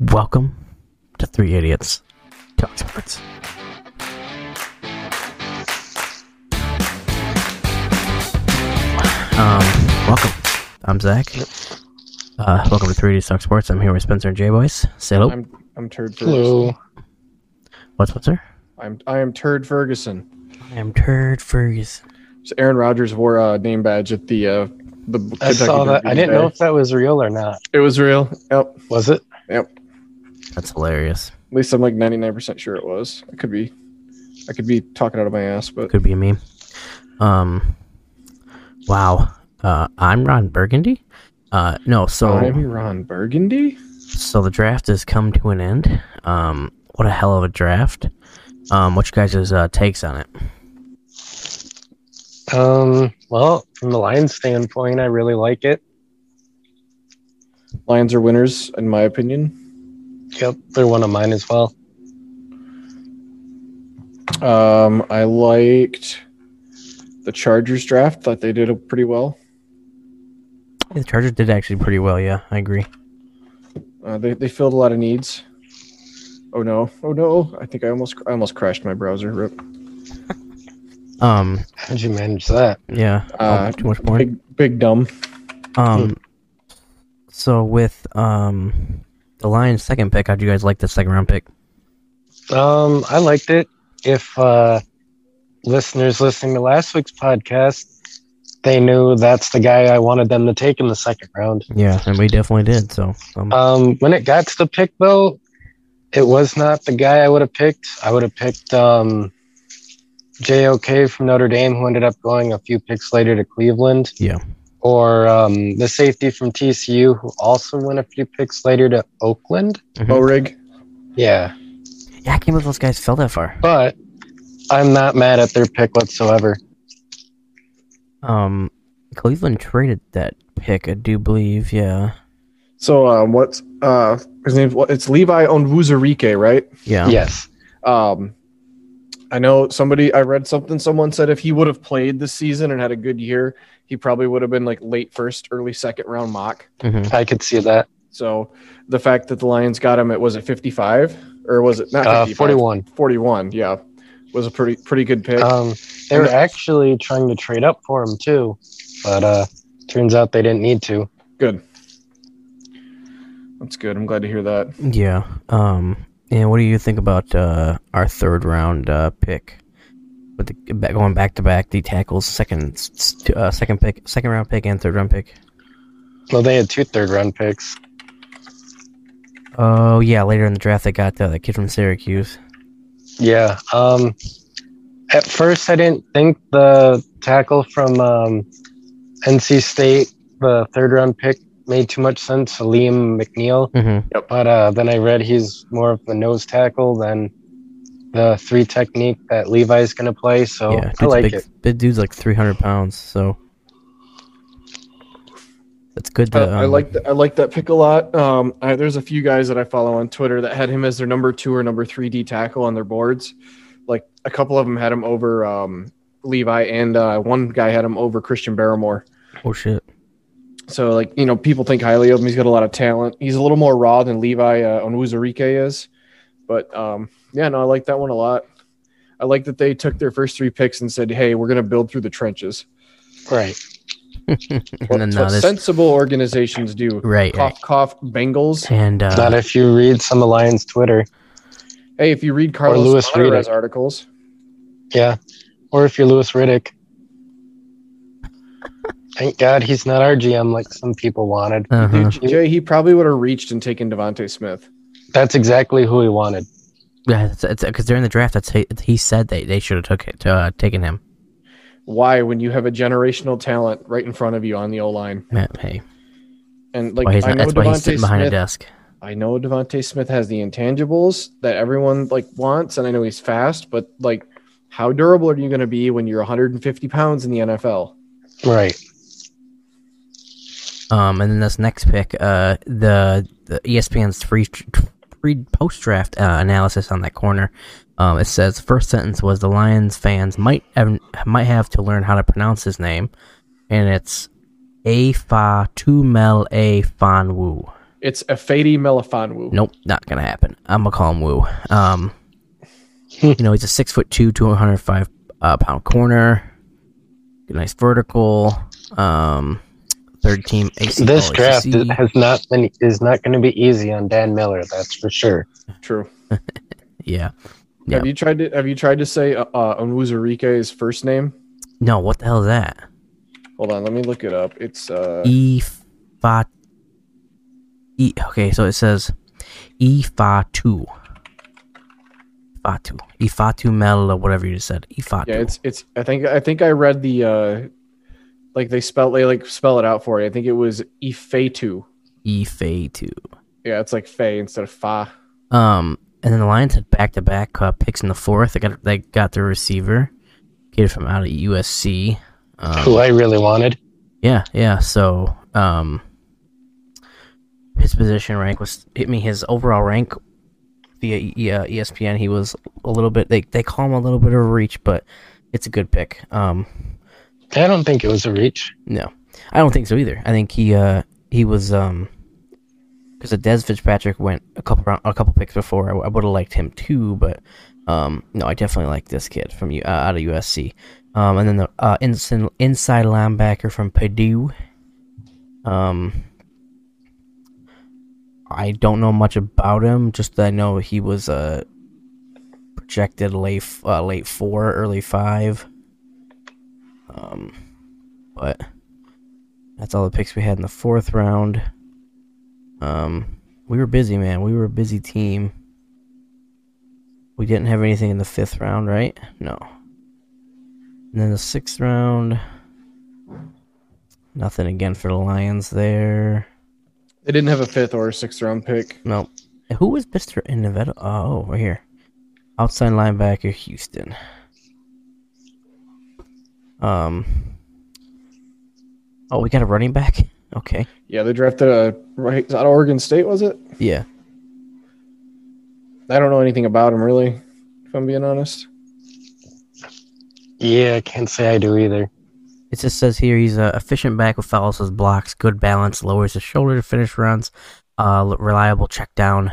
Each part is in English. Welcome to Three Idiots Talk Sports. Um, welcome. I'm Zach. Uh, welcome to Three Idiots Talk Sports. I'm here with Spencer and Jay Boys. Say hello. I'm I'm Turd Ferguson. Oh. Hello. What's Spencer? I'm I am Turd Ferguson. I am Turd Ferguson. So Aaron Rodgers wore a name badge at the uh the I saw that. I didn't know if that was real or not. it was real. Yep. Was it? That's hilarious. At least I'm like 99% sure it was. I could be I could be talking out of my ass, but Could be a meme. Um, wow. Uh, I'm Ron Burgundy. Uh, no, so. I'm Ron Burgundy. So the draft has come to an end. Um, what a hell of a draft. Um, what you guys' uh, takes on it? Um, well, from the Lions standpoint, I really like it. Lions are winners in my opinion. Yep, they're one of mine as well. Um I liked the Chargers draft. Thought they did pretty well. The Chargers did actually pretty well. Yeah, I agree. Uh, they they filled a lot of needs. Oh no. Oh no. I think I almost I almost crashed my browser. Rip. Um, How'd you manage that? yeah, Uh, oh, too much porn. Big big dumb. Um, so with um the Lions' second pick, how'd you guys like the second round pick? Um, I liked it. If uh, listeners listening to last week's podcast, they knew that's the guy I wanted them to take in the second round. Yeah, and we definitely did. So um, Um, when it got to the pick, though, it was not the guy I would have picked. I would have picked um, JOK from Notre Dame, who ended up going a few picks later to Cleveland. Yeah. Or um, the safety from TCU, who also went a few picks later to Oakland. Mhm. Bowrig. Yeah. yeah, I can't believe those guys fell that far. But I'm not mad at their pick whatsoever. Um, Cleveland traded that pick, I do believe. Yeah, So um, what's uh, his name? what- It's Levi Onwuzurike, right? yeah, Yes. Um, I know somebody. I read something. Someone said if he would have played this season and had a good year, he probably would have been like late first, early second round mock. Mhm. I could see that. So the fact that the Lions got him, it was at fifty five or was it not Uh, 55, 41. 41, Yeah, was a pretty pretty good pick. Um, they were actually trying to trade up for him, too. But uh, turns out they didn't need to. good. That's good. I'm glad to hear that. Yeah. Um. And what do you think about uh, our third round uh, pick? With the, ba- going back to back, the tackles, second, s- s- uh, second pick, second round pick, and third round pick. Well, they had two third round picks. Oh yeah, later in the draft they got uh, that kid from Syracuse. Yeah. Um, at first, I didn't think the tackle from um, NC State, the third round pick, made too much sense. Liam McNeil, Mm-hmm. but uh, then I read he's more of the nose tackle than the three technique that Levi's going to play. So yeah, Oh, I dude's like big, it. big dude's like three hundred pounds, so that's good. I, To, Uh, I um, like that. I like that pick a lot. Um, I, there's a few guys that I follow on Twitter that had him as their number two or number three D tackle on their boards. Like a couple of them had him over um, Levi, and uh, one guy had him over Christian Barrymore. Oh shit. So like you know, people think highly of him. He's got a lot of talent. He's a little more raw than Levi uh, Onwuzurike is, but um, yeah, no, I like that one a lot. I like that they took their first three picks and said, "Hey, we're going to build through the trenches." Right. And then That's uh, what this sensible organizations do. right, right. Cough, cough, Bengals. and Not uh, if you read some Alliance Twitter. Hey, if you read Carlos Louis Monterey's Riddick. articles, Yeah. Or if you're Lewis Riddick. Thank God he's not our GM like some people wanted. uh dude, Jay, he probably would have reached and taken Devonte Smith. That's exactly who he wanted. yeah, because during the draft, that's he, he said they, they should have took it, uh, taken him. Why, when you have a generational talent right in front of you on the O line, Man, hey, and like why he's I not, know that's why he's Devonte sitting behind a Smith, desk. I know Devonte Smith has the intangibles that everyone like wants, and I know he's fast, but like, how durable are you going to be when you're 150 pounds in the NFL? Right. Um, and then this next pick, uh, the, the E ESPN's free free post draft uh, analysis on that corner. Um, it says first sentence was the Lions fans might have, might have to learn how to pronounce his name, and it's Afa Tumel A Fanwu. It's Efedi Melifonwu. Nope, not gonna happen. I'm gonna call him Woo. Um, you know, he's a six foot two, two hundred five uh, pound corner. Good, nice vertical. Um, third team AC. This all draft ACC. has not been is not going to be easy on Dan Miller. That's for sure. True. Yeah. Yeah. Have you tried to Have you tried to say uh, uh, Onwuzurike's first name? No, what the hell is that? Hold on, let me look it up. It's uh, E fa. E. Okay, so it says E fa two. Fatu. Ifatu Mel or whatever you just said. E Ifatu. yeah, it's it's. I think I think I read the uh, like they spell they like spell it out for you. I think it was Ifetu. E Ifatu. Yeah, it's like Fey instead of Fa. Um, and then the Lions had back to back picks in the fourth. They got they got their receiver, kid from out of USC. Um, Who I really wanted. yeah, yeah. So um, his position rank was hit me. His overall rank via E- uh, ESPN, he was a little bit. They they call him a little bit of a reach, but it's a good pick. Um, I don't think it was a reach. no, I don't think so either. I think he uh he was um because Des Fitzpatrick went a couple round, a couple picks before. I, would have liked him too, but um no, I definitely like this kid from U- uh, out of USC. Um and then the uh inside inside linebacker from Purdue. Um. I don't know much about him. Just that I know he was uh, projected late, f- uh, late four, early five. Um, but that's all the picks we had in the fourth round. Um, we were busy, man. We were a busy team. We didn't have anything in the fifth round, right? No. And then the sixth round, nothing again for the Lions there. They didn't have a fifth or a sixth round pick. No. Who was Mr. Innovato? Oh, right here. Outside linebacker, Houston. Um. Oh, we got a running back? Okay. Yeah, they drafted a right out of Oregon State. Was it? Yeah. I don't know anything about him really. If I'm being honest. Yeah, I can't say I do either. It just says here he's a efficient back who follows his blocks, good balance, lowers his shoulder to finish runs, uh, reliable check down.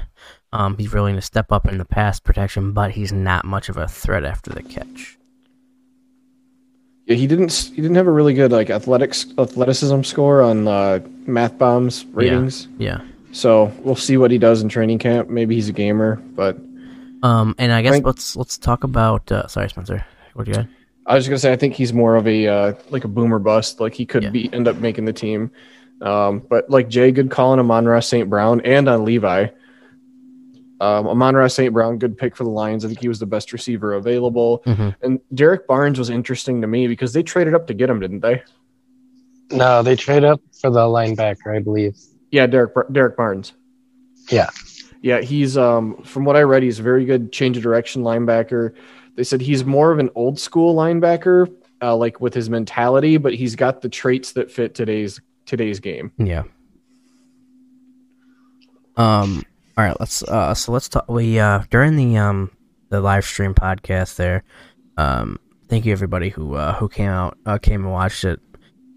Um, he's willing to step up in the pass protection, but he's not much of a threat after the catch. Yeah, he didn't. s- He didn't have a really good like athletics athleticism score on uh, math bombs ratings. Yeah. So we'll see what he does in training camp. Maybe he's a gamer, but Um, and I guess Frank- let's let's talk about. Uh, sorry, Spencer. What do you got? I was just gonna say I think he's more of a uh, like a boomer bust. Like he could Yeah. be end up making the team. Um, but like Jay, good calling him on Ross St. Brown and on Levi. Um, Amon Ross St. Brown, good pick for the Lions. I think he was the best receiver available. Mhm. And Derek Barnes was interesting to me because they traded up to get him, didn't they? No, they trade up for the linebacker, I believe. Yeah, Derek Bar- Derek Barnes. Yeah. Yeah, he's um from what I read, he's a very good change of direction linebacker. They said he's more of an old school linebacker, uh, like with his mentality, but he's got the traits that fit today's today's game. Yeah. Um. All right. Let's. Uh. So let's talk. We uh during the um the live stream podcast there. Um. Thank you everybody who uh who came out uh, came and watched it,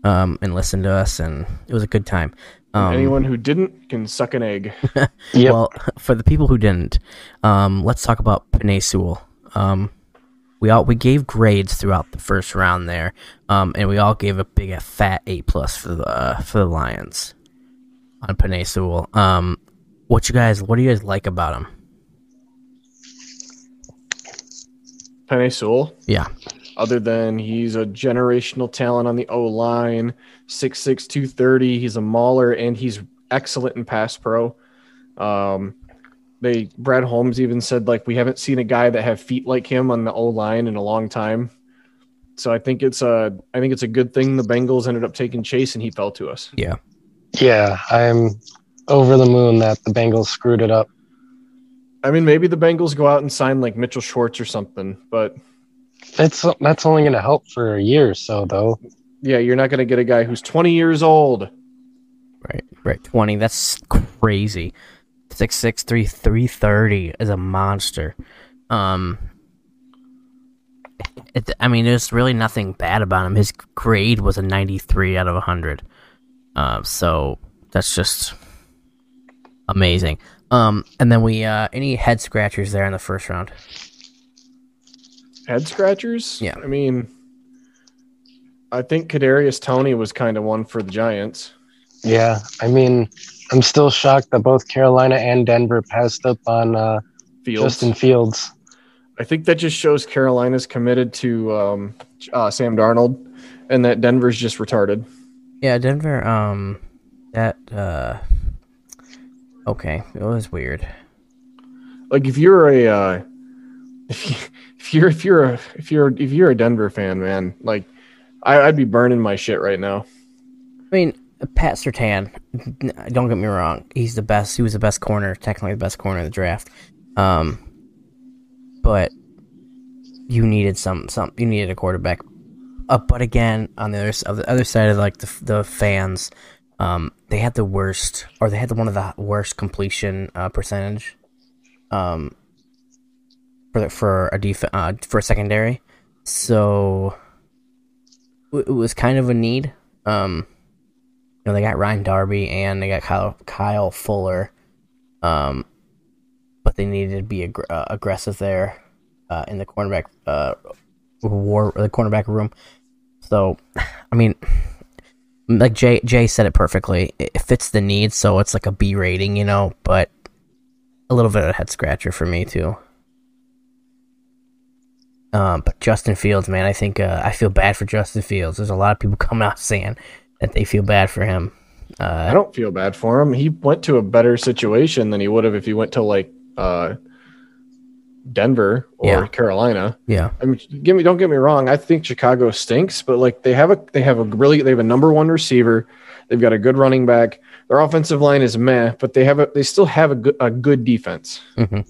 um and listened to us and it was a good time. Um, Anyone who didn't can suck an egg. Yep. Well, for the people who didn't, um, let's talk about Panay Sewell. Um, we all we gave grades throughout the first round there, um, and we all gave a big a fat A plus for the uh, for the Lions on Panay Sewell. Um, what you guys? What do you guys like about him? Penny Sewell. Yeah, Other than he's a generational talent on the O line, 6'6", 230. He's a mauler and he's excellent in pass pro. Um, they Brad Holmes even said like we haven't seen a guy that have feet like him on the O line in a long time. So I think it's a I think it's a good thing the Bengals ended up taking Chase and he fell to us. Yeah, I'm over the moon that the Bengals screwed it up. I mean maybe the Bengals go out and sign like Mitchell Schwartz or something, but That's that's only going to help for a year or so, though. yeah, you're not going to get a guy who's 20 years old. right, right. Twenty. That's crazy. Six six three three thirty is a monster. Um, it, I mean, there's really nothing bad about him. His grade Uh, was a 93 out of 100. Um, so that's just amazing. Um, and then we uh, any head scratchers there in the first round? Head scratchers? Yeah. I mean, I think Kadarius Tony was kind of one for the Giants. Yeah, I mean, I'm still shocked that both Carolina and Denver passed up on uh, Fields. Justin Fields. I think that just shows Carolina's committed to um, uh, Sam Darnold, and that Denver's just retarded. Yeah, Denver. Um, that uh, okay, it was weird. Like if you're a uh, if, you, if you're if you're a if you're if you're a Denver fan, man, like I, I'd be burning my shit right now. I mean, Pat Sertan. n- Don't get me wrong; he's the best. He was the best corner, technically the best corner of the draft. Um, but you needed some, some. You needed a quarterback. Uh, but again, on the other s- of the other side of like the f- the fans, um, they had the worst, or they had the, one of the worst completion uh, percentage, um, for the, for a def- uh, for a secondary. So w- it was kind of a need. Um, you know, they got Ryan Darby and they got Kyle Kyle Fuller, um, but they needed to be aggr- uh, aggressive there uh, in the cornerback uh, war the cornerback room. So, I mean, like Jay Jay said it perfectly. It it fits the need, so it's like a B rating, you know, but a little bit of a head scratcher for me too. Um, but Justin Fields, man, I think uh, I feel bad for Justin Fields. There's a lot of people coming out saying that they feel bad for him. Uh, I don't feel bad for him. He went to a better situation than he would have if he went to like uh, Denver or Yeah. Carolina. Yeah, I mean, give me don't get me wrong. I think Chicago stinks, but like they have a they have a really they have a number one receiver. They've got a good running back. Their offensive line is meh, but they have a they still have a good a good defense. Mhm.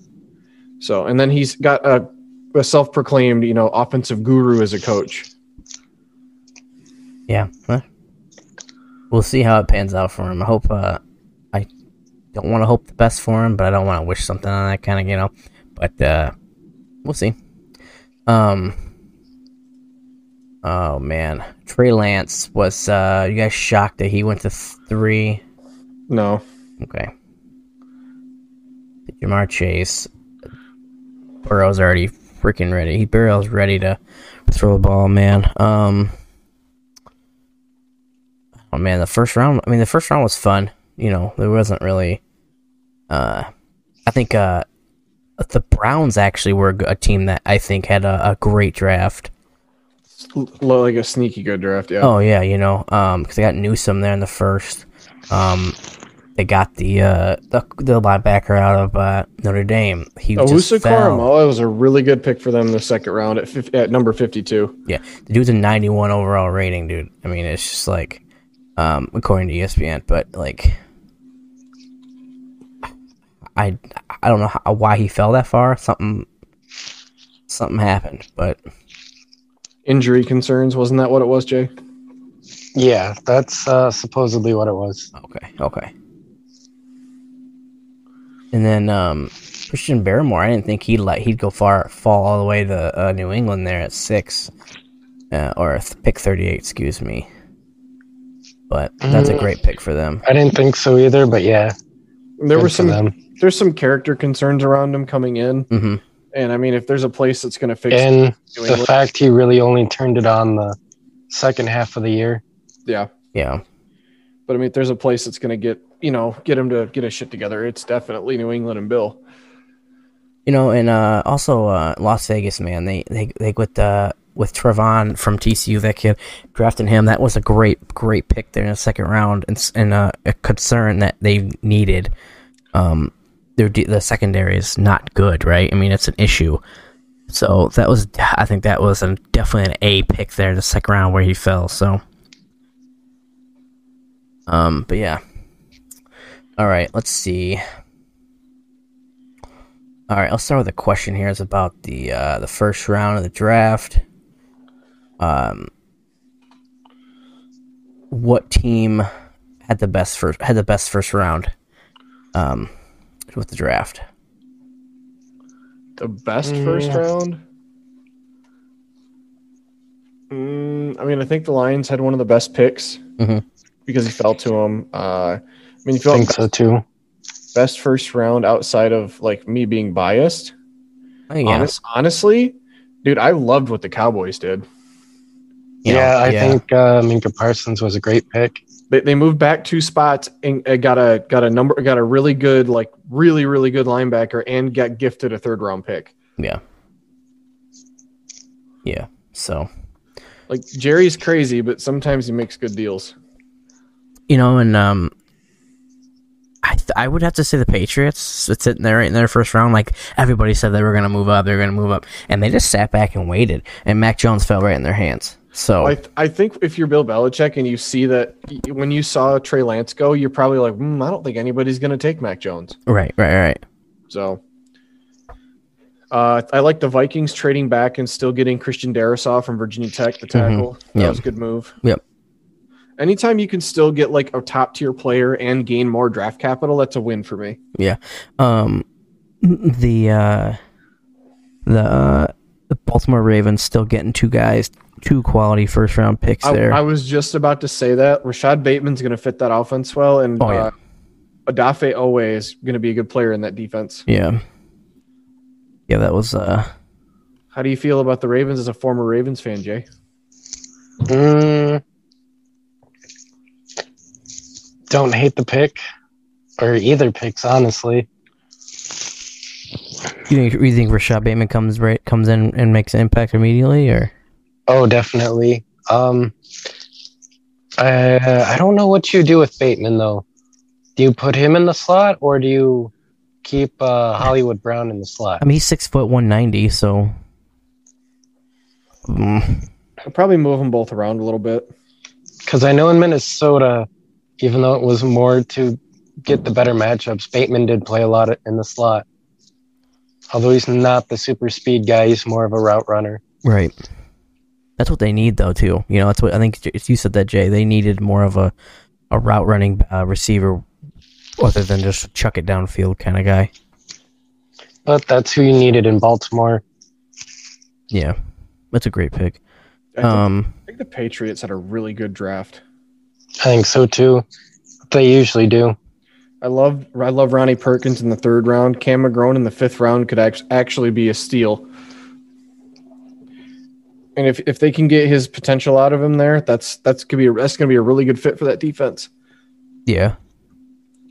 So and then he's got a, a self proclaimed you know offensive guru as a coach. yeah. Huh. We'll see how it pans out for him. I hope. Uh, I don't want to hope the best for him, but I don't want to wish something on that kind of you know. But uh, we'll see. Um. Oh man, Trey Lance was. Uh, you guys shocked that he went to three? No, Okay. Jamar Chase. Burrow's already freaking ready. He Burrow's ready to throw the ball, man. Um. Oh man, the first round. I mean, the first round was fun. You know, there wasn't really. Uh, I think uh, the Browns actually were a team that I think had a, a great draft. It's l- like a sneaky good draft. Yeah, Oh yeah, you know, um, 'cause they got Newsom there in the first. Um, they got the uh the, the linebacker out of uh, Notre Dame. He just Awusa fell. Karamoa was a really good pick for them in the second round at, fif- at number 52. Yeah, the dude's a 91 overall rating, dude. I mean, it's just like, um, according to ESPN, but like, I I don't know how, why he fell that far. Something something happened, but Injury concerns, wasn't that what it was, Jay? Yeah, that's uh, supposedly what it was. Okay, okay. And then um, Christian Barrymore, I didn't think he'd let he'd go far fall all the way to uh, New England there at six, uh, or th- pick thirty eight, excuse me. But that's a Mm. great pick for them. I didn't think so either, but yeah, There good were for some them. there's some character concerns around him coming in, hmm and I mean, if there's a place that's going to fix and New the England, fact he really only turned it on the second half of the year. yeah. Yeah, But I mean, if there's a place that's going to get you know get him to get his shit together, it's definitely New England and Bill. you know, and uh, also uh, Las Vegas, man. They they they with uh, with Trevon from TCU, that kid drafting him. That was a great great pick there in the second round, and s- and uh, a concern that they needed. um, their de- the secondary is not good, right? I mean, it's an issue. So that was, I think that was a, definitely an A pick there, the second round where he fell. So, um, but yeah. All right, let's see. All right, I'll start with a question here. It's about the uh, the first round of the draft. Um, what team had the best first had the best first round? um, with the draft. The best first Yeah. round. Mm, I mean, I think the Lions had one of the best picks Mhm. Mm-hmm. because he fell to him. Uh, I mean, he I fell think so too. best first round outside of like me being biased. I think, yeah. Honest, honestly, dude, I loved what the Cowboys did. You know, yeah, I yeah. think uh, Minka Parsons was a great pick. They, they moved back two spots and uh, got a got a number got a really good like really really good linebacker and got gifted a third round pick. yeah. So Like Jerry's crazy, but sometimes he makes good deals. you know, and um, I th- I would have to say the Patriots. It's sitting there right in their first round. Like everybody said they were going to move up, they were going to move up, and they just sat back and waited. And Mac Jones fell right in their hands. So I, I think if you're Bill Belichick and you see that when you saw Trey Lance go, you're probably like, mm, I don't think anybody's going to take Mac Jones. right, right, right. So uh, I like the Vikings trading back and still getting Christian Darisaw from Virginia Tech, the tackle. That Yep. was a good move. Mm-hmm. Yep. Anytime you can still get like a top tier player and gain more draft capital, that's a win for me. Um, the uh, the uh, the Baltimore Ravens still getting two guys, two quality first round picks I, there. I was just about to say that Rashad Bateman's going to fit that offense well, and Oh, yeah. uh, Adafe Owe is going to be a good player in that defense. yeah, yeah. That was uh, How do you feel about the Ravens as a former Ravens fan, Jay? Mm, don't hate the pick or either picks, honestly. you think you think Rashad Bateman comes right comes in and makes an impact immediately, or Oh, definitely. Um, I, I don't know what you do with Bateman though. Do you put him in the slot or do you keep uh, Hollywood Brown in the slot? I mean he's six foot one ninety, so. Mm, I'll probably move them both around a little bit. Because I know in Minnesota, even though it was more to get the better matchups, Bateman did play a lot in the slot. Although he's not the super speed guy, he's more of a route runner. right. That's what they need though too. You know that's what I think J- you said that Jay. They needed more of a a route running uh, receiver, other than just chuck it downfield kind of guy. But that's who you needed in Baltimore. Yeah, that's a great pick. I think, Um, I think the Patriots had a really good draft. I think so too. They usually do. I love I love Ronnie Perkins in the third round. Cam McGrone in the fifth round could act- actually be a steal. And if, if they can get his potential out of him there, that's that's gonna be a, that's gonna be a really good fit for that defense. yeah,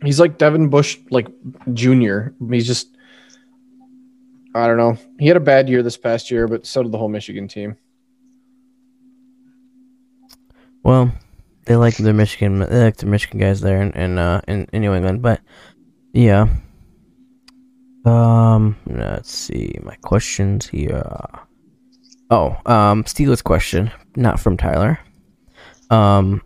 He's like Devin Bush, like junior. He's just I don't know. He had a bad year this past year, but so did the whole Michigan team. Well, they like their Michigan, they like the Michigan guys there in in, uh, in, in New England, but yeah. Um, let's see my questions here. Oh, um, Steelers question, not from Tyler. Um,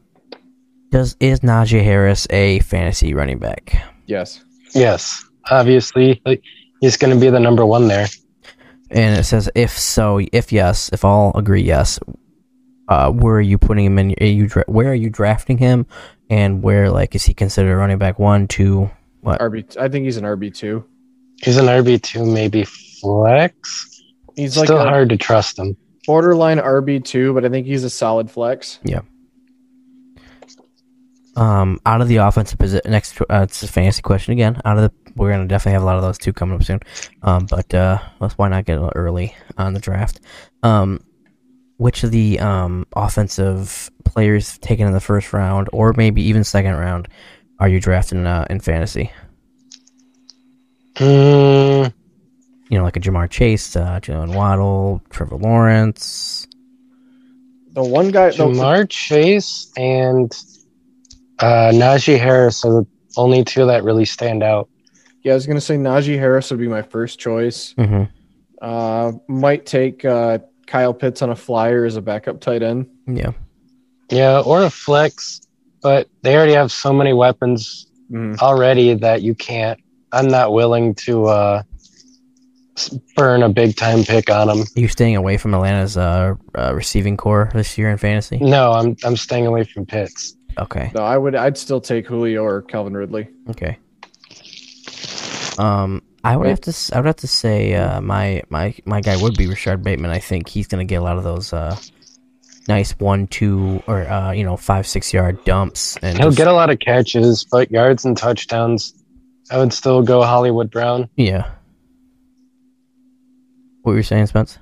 does is Najee Harris a fantasy running back? Yes. Yes, obviously. like, He's going to be the number one there. And it says if so, if yes, if all agree yes, uh, where are you putting him in? Are you dra- where are you drafting him, and where like is he considered a running back one, two? What? RB I think he's an RB two. He's an RB2, maybe flex. He's It's like Still a hard to trust him. borderline RB two, but I think he's a solid flex. Um, out of the offensive position. Next, uh, it's a fantasy question again. Out of the, we're gonna definitely have a lot of those two coming up soon. Um, but uh, let's why not get a little early on the draft. Um, which of the um offensive players taken in the first round, or maybe even second round, are you drafting uh, in fantasy? Mm, You know, like a Jamar Chase, uh, Jalen Waddle, Trevor Lawrence. The one guy the- Jamar Chase and uh, Najee Harris are the only two that really stand out. Yeah, I was gonna say Najee Harris would be my first choice. hmm Uh, might take uh, Kyle Pitts on a flyer as a backup tight end. Yeah, Yeah, or a flex, but they already have so many weapons Mm-hmm. Mhm. already that you can't. I'm not willing to uh, s- burn a big time pick on them. are you staying away from Atlanta's uh, uh receiving core this year in fantasy? No, I'm I'm staying away from Pitts. Okay. No, I would. I'd still take Julio or Calvin Ridley. Okay. Um, I would Wait. have to. s- I would have to say uh, my my my guy would be Richard Bateman. I think he's gonna get a lot of those uh, nice one, two, or uh, you know, five, six yard dumps, and He'll just- get a lot of catches, but yards and touchdowns I would still go Hollywood Brown. Yeah. What were you saying, Spence?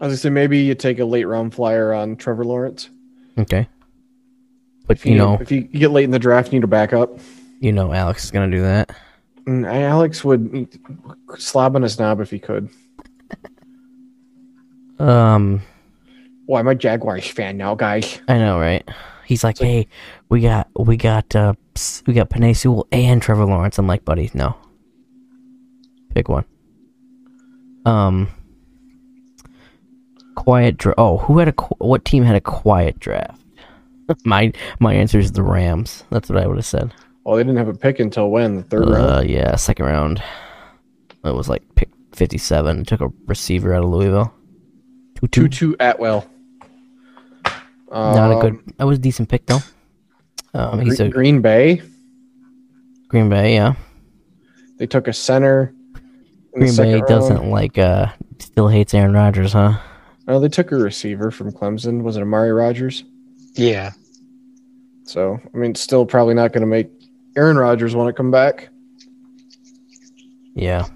I was gonna say maybe you take a late round flyer on Trevor Lawrence. Okay. But If you, you know, if you get late in the draft, you need a backup. you know, Alex is gonna do that. And Alex would slob on his knob if he could. Um, Why am I Jaguars fan now, guys? I know, right? He's like, hey, we got, we got, uh, ps- we got Panay Sewell and Trevor Lawrence. I'm like, buddy, no. Pick one. Um, quiet draft. Oh, who had a qu- what team had a quiet draft? my my answer is the Rams. That's what I would have said. Well, Oh, they didn't have a pick until when the third round. Uh, yeah, second round. It was like pick 57. Took a receiver out of Louisville. Two two. Two two Atwell. Um, Not a good. That was a decent pick though. Um, he's Gre- a Green Bay. Green Bay. Yeah. They took a center. in the Green second Bay round. doesn't like uh still hates Aaron Rodgers, huh? Oh, they took a receiver from Clemson. Was it Amari Rogers? Yeah. So I mean, still probably not going to make Aaron Rodgers want to come back. Yeah.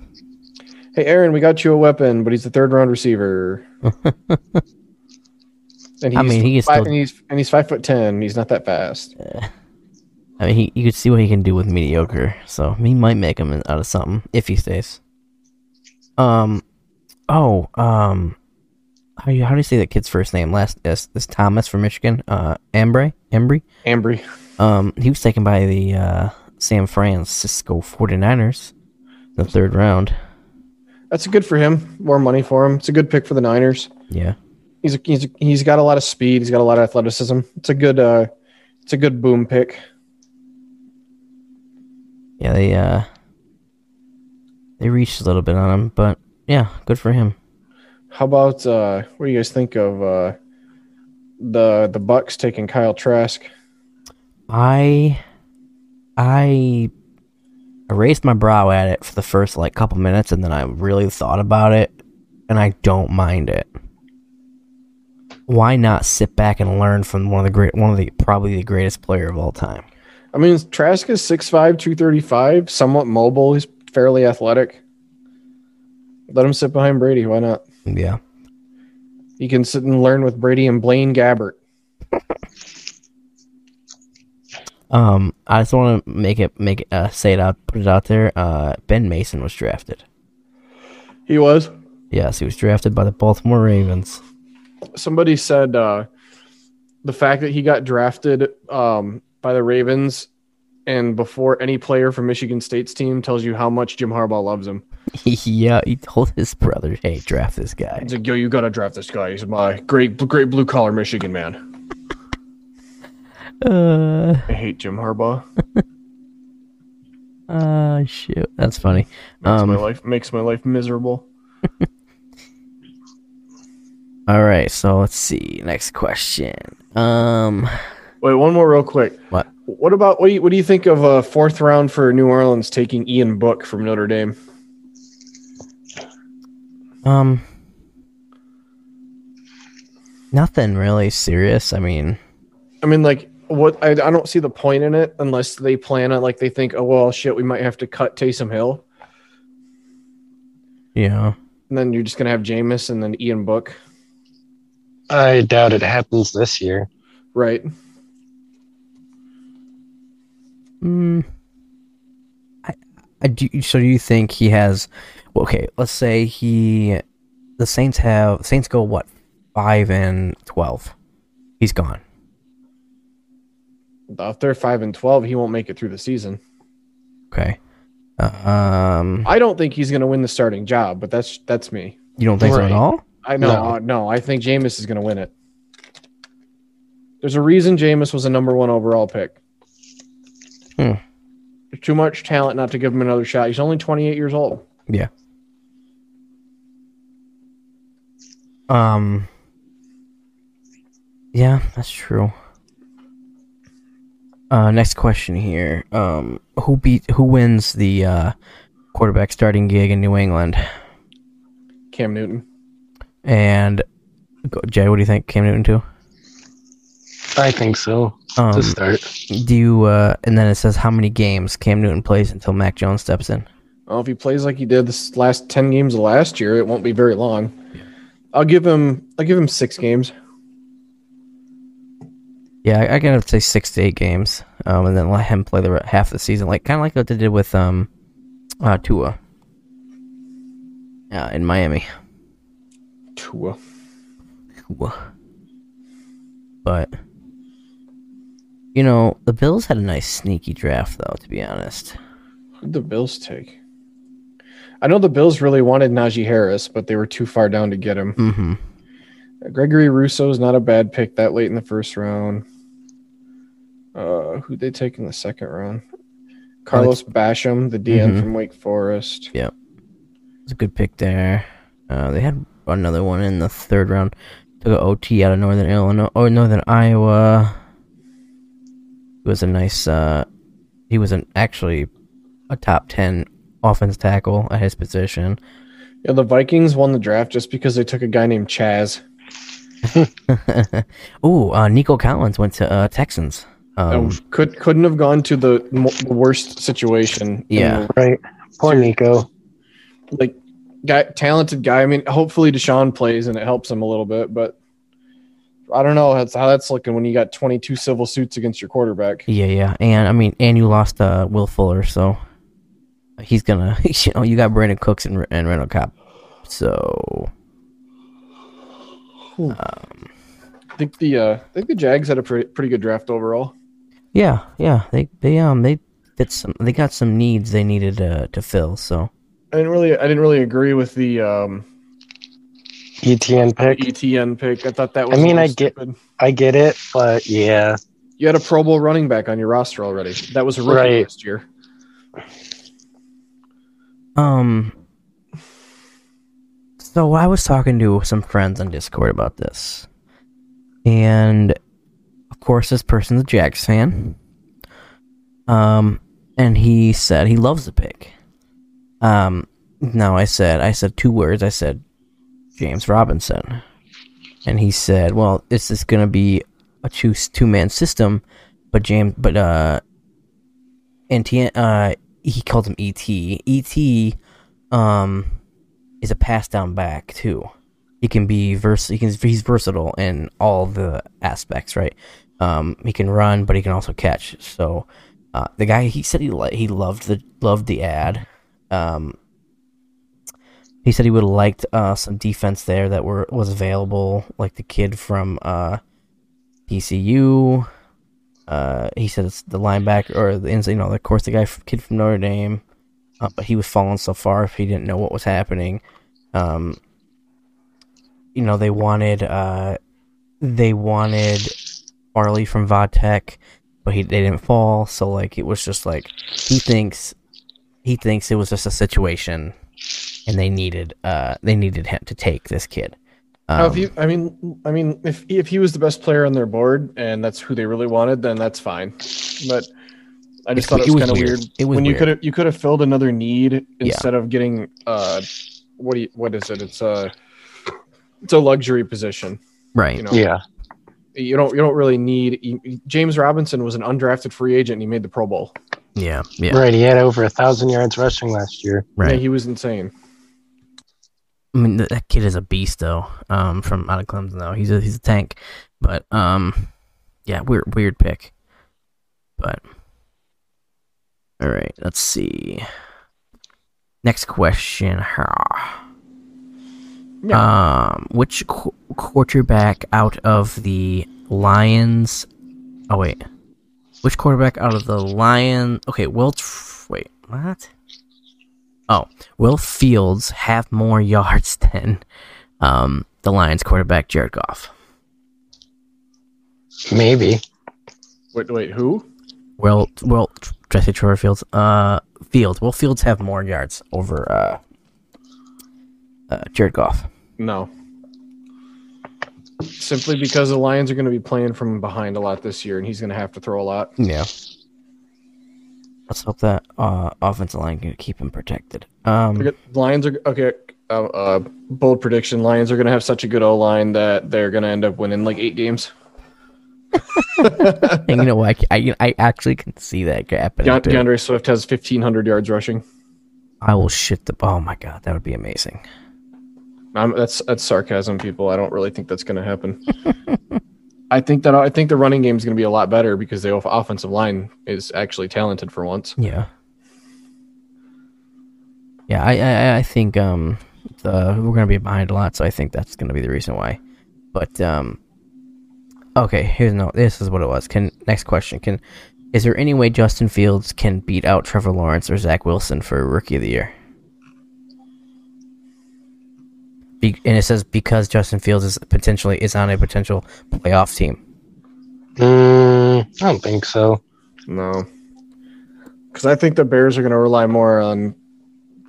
Hey, Aaron, we got you a weapon, but he's the third round receiver. and he's I mean, he is five, still- and he's and he's five foot ten. He's not that fast. I mean he you could see what he can do with mediocre, so he might make him out of something if he stays. Um oh, um how do you how do you say that kid's first name? Last this this Thomas from Michigan, uh Ambry Embry. Ambry. Um he was taken by the uh San Francisco 49ers in the third round. That's good for him. More money for him. It's a good pick for the Niners. Yeah. He's a, he's a, he's got a lot of speed. He's got a lot of athleticism. It's a good uh, it's a good boom pick. Yeah, they uh they reached a little bit on him, but yeah, good for him. How about uh, what do you guys think of uh, the the Bucks taking Kyle Trask? I I I raised my brow at it for the first like couple minutes and then I really thought about it and I don't mind it. Why not sit back and learn from one of the great one of the probably the greatest player of all time? I mean, Trask is 6'5", 235, somewhat mobile. He's fairly athletic. Let him sit behind Brady. Why not? Yeah. He can sit and learn with Brady and Blaine Gabbert. Um I just want to make it make it, uh say it out put it out there. Uh Ben Mason was drafted. He was. Yes, he was drafted by the Baltimore Ravens. Somebody said uh, the fact that he got drafted um, by the Ravens and before any player from Michigan State's team tells you how much Jim Harbaugh loves him. yeah, he told his brother, "Hey, draft this guy." He's like, yo, you got to draft this guy. He's my great, great blue collar Michigan man. Uh, I hate Jim Harbaugh. uh, shoot, that's funny. Makes my Um, life makes my life miserable. all right, so let's see. Next question. Um, Wait, one more real quick. What? What about what do you, what do you think of uh, fourth round for New Orleans taking Ian Book from Notre Dame? um, nothing really serious. I mean, I mean, like, what I, I don't see the point in it unless they plan on like they think, oh well, shit, we might have to cut Taysom Hill, you know, and then you're just gonna have Jameis and then Ian Book, I doubt it happens this year. right? mm, I, I do. So, do you think he has? well, Okay, let's say he, the Saints have Saints go what five and twelve. He's gone. If they're five and twelve, he won't make it through the season. Okay. Um, I don't think he's gonna win the starting job, but that's that's me. you don't think so Right. at all? I know, No. no, no I think Jameis is gonna win it. There's a reason Jameis was a number one overall pick. Hmm. There's too much talent not to give him another shot. He's only 28 years old. Yeah. Um. Yeah, that's true. Uh, next question here. Um, who beat? Who wins the uh, quarterback starting gig in New England? Cam Newton. And go- Jay, what do you think? Cam Newton too. I think so. Um, to start. do you? Uh, and then it says how many games Cam Newton plays until Mac Jones steps in. Well, if he plays like he did this last ten games of last year, it won't be very long. I'll give him. I'll give him six games. Yeah, I, I gotta say six to eight games, um, and then let him play the re- half the season, like kind of like what they did with um, uh, Tua. Yeah, in Miami. Tua. Tua. But you know, the Bills had a nice sneaky draft, though. To be honest, Who'd the Bills take? I know the Bills really wanted Najee Harris, but they were too far down to get him. mm-hmm. Gregory Russo is not a bad pick that late in the first round. Uh, who'd they take in the second round? Carlos Basham, the DN Mhm. from Wake Forest. it's a good pick there. Uh, they had another one in the third round. Took an OT out of Northern Illinois or Northern Iowa. He was a nice. Uh, he was an actually a top ten offense tackle at his position. Yeah, the Vikings won the draft just because they took a guy named Chaz. Ooh, uh, Nico Collins went to uh, Texans. Um, Um, could couldn't have gone to the, mo- the worst situation. in Yeah. the- Right. Poor Nico. like guy, talented guy. I mean, hopefully Deshaun plays and it helps him a little bit, but I don't know that's how that's looking when you got 22 civil suits against your quarterback. yeah, yeah, and I mean, and you lost uh, Will Fuller, so he's gonna. You know, you got Brandon Cooks and and Randall Cobb, so I think the uh, I think the Jags had a pre- pretty good draft overall. Yeah, yeah. They they um they fit some they got some needs they needed uh, to fill, so I didn't really I didn't really agree with the um, ETN E pick. ETN pick. I thought that was I mean, a little I get- stupid. I get it, but yeah. you had a Pro Bowl running back on your roster already. That was a rookie Right. last year. um so I was talking to some friends on Discord about this. And of course this person's a Jags fan. Um and he said he loves the pick. Um no, I said I said two words. I said James Robinson. And he said, "Well, this is going to be a two two man system, but James but uh and T, uh he called him ET. ET um is a pass down back too. He can be vers he can he's versatile in all the aspects, right? Um he can run, but he can also catch. So uh, the guy he said he li- he loved the loved the ad. Um he said he would have liked uh, some defense there that were was available, like the kid from uh, TCU. Uh, he said it's the linebacker or the ins- you know, of course, the guy f- kid from Notre Dame, uh, but he was falling so far if he didn't know what was happening. Um, you know, they wanted uh, they wanted Farley from Vodtech, but he they didn't fall, so like it was just like he thinks he thinks it was just a situation, and they needed uh they needed him to take this kid. Now, Um, if you, I mean, I mean, if if he was the best player on their board and that's who they really wanted, then that's fine. But I It's- just thought it it was was kind of weird. weird. It was when you weird. could have you could have filled another need Yeah. instead of getting uh, what do you, what is it? It's a it's a luxury position. right? You know, Yeah. you don't you don't really need. you- James Robinson was an undrafted free agent. and He made the Pro Bowl. yeah, yeah, Right. He had over a thousand yards rushing last year. Yeah, right. he was insane. I mean, th- that kid is a beast, though. Um, from out of Clemson, though, he's a he's a tank. But um, yeah, weird weird pick. But all right, let's see. Next question. Um, which qu- quarterback out of the Lions? Oh wait, which quarterback out of the Lion? Okay, Will. Tr- wait, what? Oh, Will Fields have more yards than um, the Lions quarterback Jared Goff? Maybe. Wait, wait, who? Will Will Jesse Trevor Fields? Uh, Fields. Will Fields have more yards over uh, uh Jared Goff? No. Simply because the Lions are going to be playing from behind a lot this year, and he's going to have to throw a lot. Yeah. Let's hope that uh, offensive line can keep him protected. Um, Forget- Lions are okay. Uh, uh, bold prediction: Lions are going to have such a good O line that they're going to end up winning like eight games. And you know what? I, I, I actually can see that happening. De- too. DeAndre Swift has 1,500 yards rushing. I will shit the. Oh my god, that would be amazing. I'm, that's that's sarcasm, people. I don't really think that's going to happen. I think that I think the running game is going to be a lot better because the off- offensive line is actually talented for once. Yeah. Yeah, I I, I think um the we're gonna be behind a lot, so I think that's gonna be the reason why. But um Okay, here's no this is what it was. Can next question. Can is there any way Justin Fields can beat out Trevor Lawrence or Zach Wilson for rookie of the year? Be, and it says because Justin Fields is potentially is on a potential playoff team. Mm, I don't think so. No, because I think the Bears are going to rely more on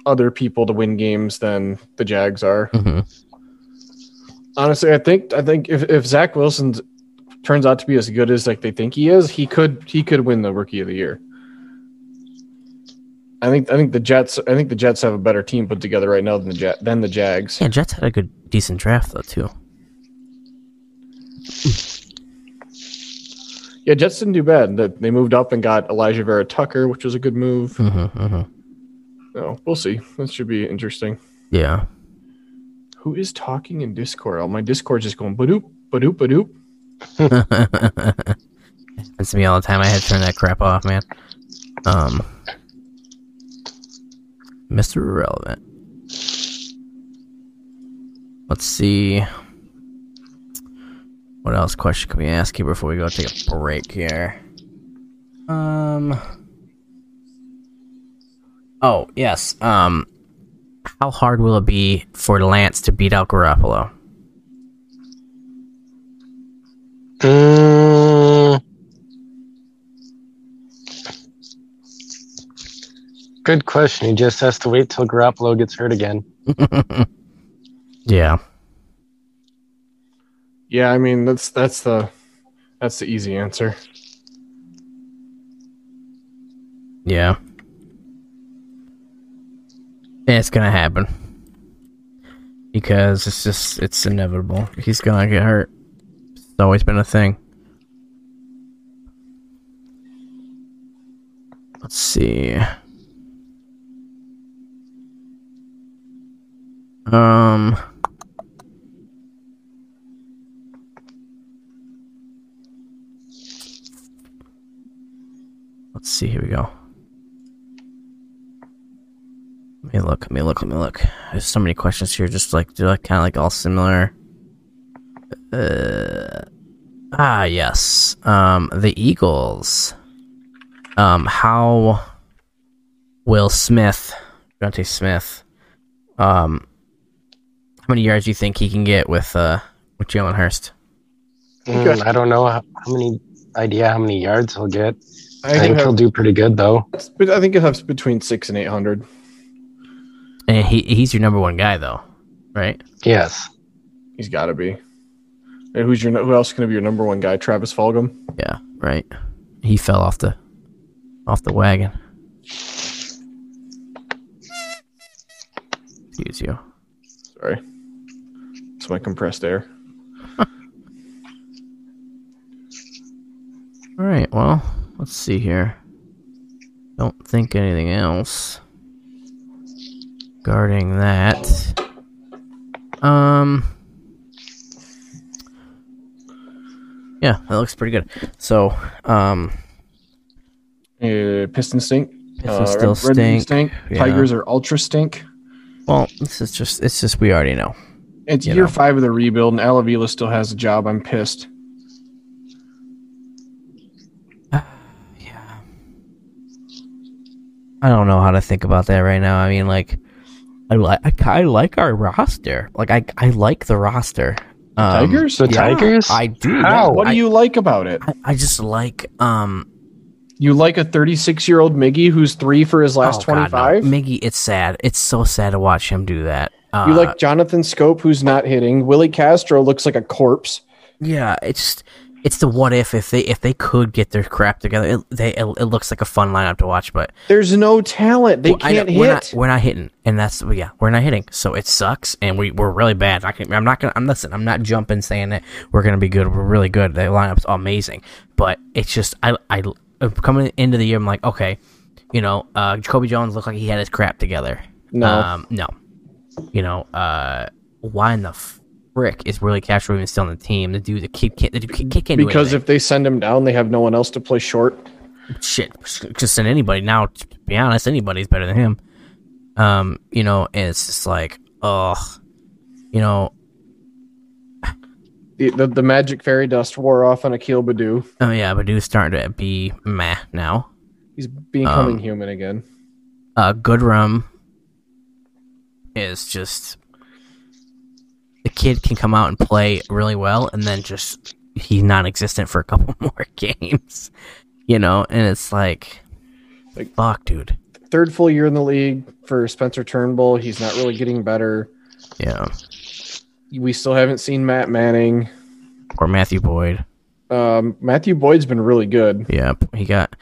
other people to win games than the Jags are. Mm-hmm. Honestly, I think I think if, if Zach Wilson turns out to be as good as like they think he is, he could he could win the Rookie of the Year. I think I think the Jets I think the Jets have a better team put together right now than the ja- than the Jags. Yeah, Jets had a good decent draft though too. Yeah, Jets didn't do bad. They- They moved up and got Elijah Vera Tucker, which was a good move. Mm-hmm, mm-hmm. No, we'll see. That should be interesting. Yeah. Who is talking in Discord? Oh, my Discord's just going badoop, badoop, badoop. Happens to me all the time. I had to turn that crap off, man. Um, Mr. Irrelevant. Let's see. What else question can we ask you before we go take a break here? Um. Oh yes. Um, how hard will it be for Lance to beat out Garoppolo? Mm. Good question. He just has to wait till Garoppolo gets hurt again. Yeah. Yeah, I mean that's that's the that's the easy answer. Yeah. It's gonna happen. Because it's just it's inevitable. He's gonna get hurt. It's always been a thing. Let's see. Um Let's see, here we go. Let me look. Let me look. Let me look. There's so many questions here, just like they're like, kind of like all similar. Uh, ah, yes. Um, the Eagles. Um, how will Smith, Dante Smith, um, how many yards do you think he can get with uh with Jalen Hurst? Mm, Okay. I don't know how, how many idea how many yards he'll get. I I think think he'll have, do pretty good though. but I think it has between six and eight hundred. And he he's your number one guy though, right? Yes. He's got to be. And who's your who else is going to be your number one guy? Travis Fulgham. Yeah, right. He fell off the off the wagon. Excuse you. Sorry, it's my compressed air. All right. Well, let's see here. Don't think anything else regarding that. Um. Yeah, that looks pretty good. So, um, Uh, Pistons stink. Pistons Red- still Red Wings stink. yeah. Tigers are ultra stink. well, this is just it's just we already know. It's You year know. five of the rebuild, and Alavila still has a job. I'm pissed. I don't know how to think about that right now. I mean, like, I li- I, ki- I like our roster. Like, I I like the roster. Um, Tigers. The Tigers? I do. yeah. How? What do I- you like about it? I, I just like um. You like a 36 year old Miggy who's three for his last oh, God, no. 25? Miggy, it's sad. It's so sad to watch him do that. Uh, You like Jonathan Scope who's not hitting. Willie Castro looks like a corpse. Yeah, it's it's the what if if they if they could get their crap together. It, they it, it looks like a fun lineup to watch, but There's no talent. They Well, I know- can't hit. We're not, we're not hitting, and that's yeah, we're not hitting. So it sucks, and we we're really bad. I can, I'm not gonna. I'm listen. I'm not jumping saying that we're gonna be good. We're really good. The lineup's amazing, but it's just I I uh, coming into the year. I'm like okay, you know, uh, Jacoby Jones looked like he had his crap together. No. um, no, you know, uh, why in the frick is really Castro even still on the team? The dude, the kid can't. The kid, kid can't do because anything. if they send him down, they have no one else to play short. shit, just send anybody now. To be honest, anybody's better than him. Um, you know, and it's just like, ugh, you know, The, the, the magic fairy dust wore off on Akil Badu. oh yeah, Badu's starting to be meh now. He's becoming Um, human again. Uh, Goodrum is just the kid can come out and play really well, and then just he's non-existent for a couple more games, you know, and it's like, Like- fuck, dude, Third full year in the league for Spencer Turnbull. He's not really getting better. yeah, We still haven't seen Matt Manning. or Matthew Boyd. Um, Matthew Boyd's been really good. Yeah, he got.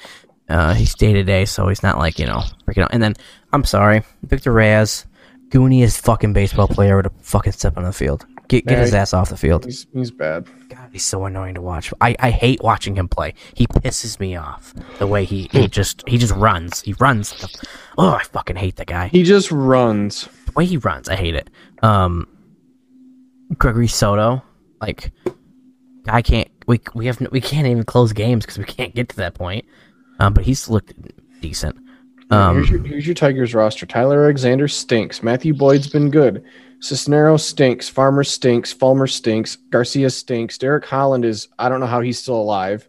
Uh, he's day to day, so he's not like you know freaking out. And then I'm sorry, Victor Reyes, gooniest fucking baseball player would have fucking step on the field. Get get his Right. ass off the field. He's he's bad. God, he's so annoying to watch. I, I hate watching him play. He pisses me off the way he, he just he just runs. He runs. The, oh, I fucking hate the guy. He just runs. The way he runs, I hate it. Um, Gregory Soto, like, I can't. We we have no- we can't even close games because we can't get to that point. Um, but he's looked decent. here's, Um, your, here's your Tigers roster. Tyler Alexander stinks. Matthew Boyd's been good. Cisnero stinks. Farmer stinks. Fulmer stinks. Garcia stinks. Derek Holland is, I don't know how he's still alive.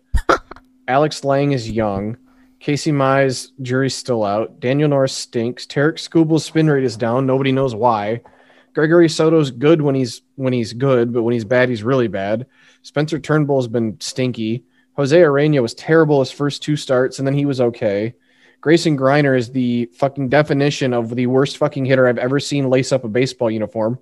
Alex Lang is young. Casey Mize, jury's still out. Daniel Norris stinks. Tarek Skubal's spin rate is down. Nobody knows why. Gregory Soto's good when he's when he's good, but when he's bad, he's really bad. Spencer Turnbull's been stinky. Jose Arena was terrible his first two starts, and then he was okay. Grayson Griner is the fucking definition of the worst fucking hitter I've ever seen lace up a baseball uniform.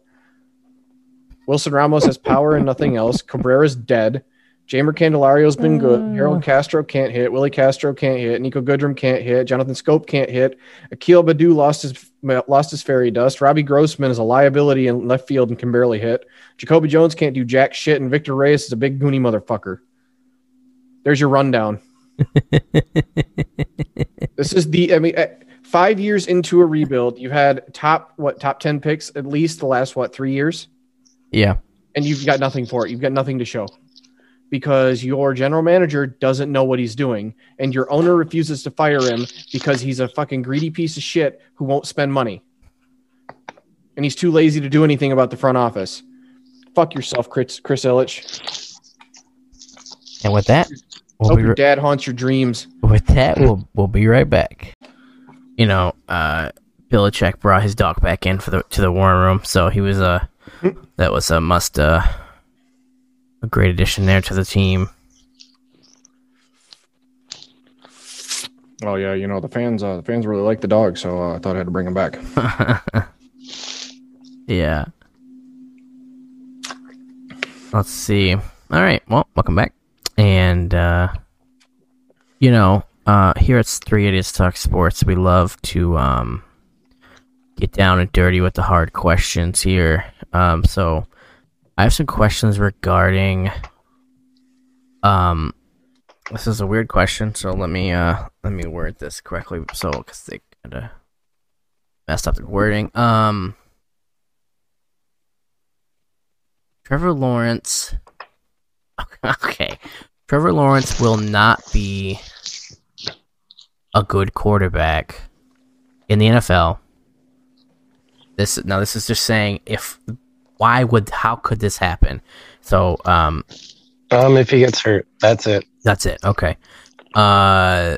Wilson Ramos has power and nothing else. Cabrera's dead. Jamer Candelario's been good. Harold Castro can't hit. Willie Castro can't hit. Nico Goodrum can't hit. Jonathan Scope can't hit. Akil Badu lost his lost his fairy dust. Robbie Grossman is a liability in left field and can barely hit. Jacoby Jones can't do jack shit, and Victor Reyes is a big goony motherfucker. There's your rundown. This is the I mean eh, five years into a rebuild, you've had top what top ten picks at least the last what three years, yeah, and you've got nothing for it. You've got nothing to show because your general manager doesn't know what he's doing, and your owner refuses to fire him because he's a fucking greedy piece of shit who won't spend money, and he's too lazy to do anything about the front office. Fuck yourself, Chris Chris Illich. and with that, we'll Hope be your ri- dad haunts your dreams. with that we'll we'll be right back. You know, uh, Billichek brought his dog back in for the to the warm room, so he was a that was a must uh, a great addition there to the team. Oh yeah, you know the fans. Uh, the fans really like the dog, so uh, I thought I had to bring him back. Yeah. Let's see. All right. Well, welcome back. And, uh, you know, uh, here at Three Idiots Talk Sports, we love to um, get down and dirty with the hard questions here. Um, so I have some questions regarding. Um, this is a weird question, so let me uh let me word this correctly. So, because they kind of messed up the wording. Um. Trevor Lawrence. Okay. Trevor Lawrence will not be a good quarterback in the NFL. This now this is just saying if why would how could this happen? So um Um, if he gets hurt, that's it. that's it. Okay. Uh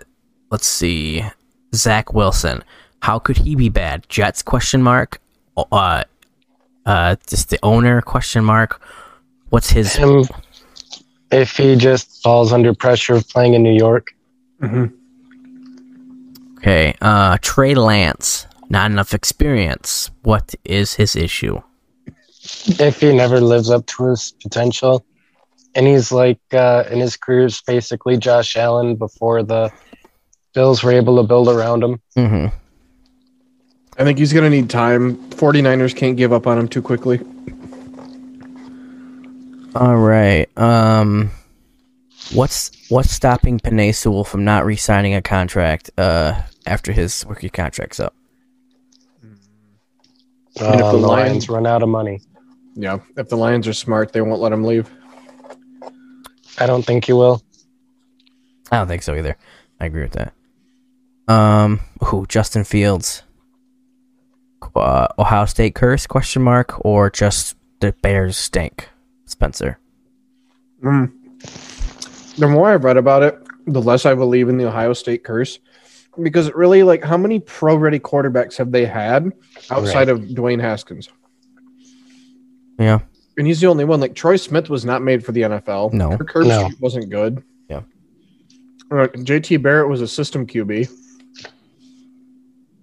let's see. Zach Wilson. How could he be bad? Jets question mark. Uh uh just the owner question mark. What's his Him, if he just falls under pressure of playing in New York, Okay, uh, Trey Lance, not enough experience. What is his issue? if he never lives up to his potential, and he's like uh, in his career is basically Josh Allen before the Bills were able to build around him. hmm I think he's going to need time. 49ers can't give up on him too quickly. All right. Um, what's what's stopping Panay Sewell from not re-signing a contract uh, after his rookie contract's up? Um, if the the Lions- Lions run out of money. Yeah, if the Lions are smart, they won't let him leave. I don't think he will. I don't think so either. I agree with that. Um, who Justin Fields? Uh, Ohio State curse question mark or just the Bears stink? Spencer. Mm. The more I've read about it, the less I believe in the Ohio State curse. Because really, like, how many pro ready quarterbacks have they had outside of Dwayne Haskins? Yeah. And he's the only one. Like, Troy Smith was not made for the NFL. No. Kirk Herbstreit No. wasn't good. Yeah. Uh, JT Barrett was a system QB.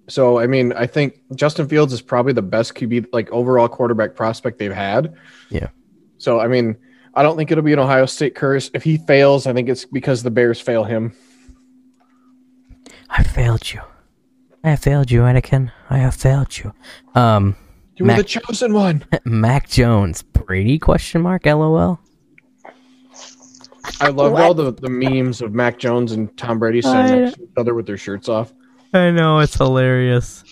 So, I mean, I think Justin Fields is probably the best QB, like overall quarterback prospect they've had. Yeah. So, I mean, I don't think it'll be an Ohio State curse. If he fails, I think it's because the Bears fail him. I failed you. I have failed you, Anakin. I have failed you. Um, You Mac- were the chosen one. Mac Jones, Brady question mark? LOL. I loved all the, the memes of Mac Jones and Tom Brady I- sitting next to each other with their shirts off. I know it's hilarious.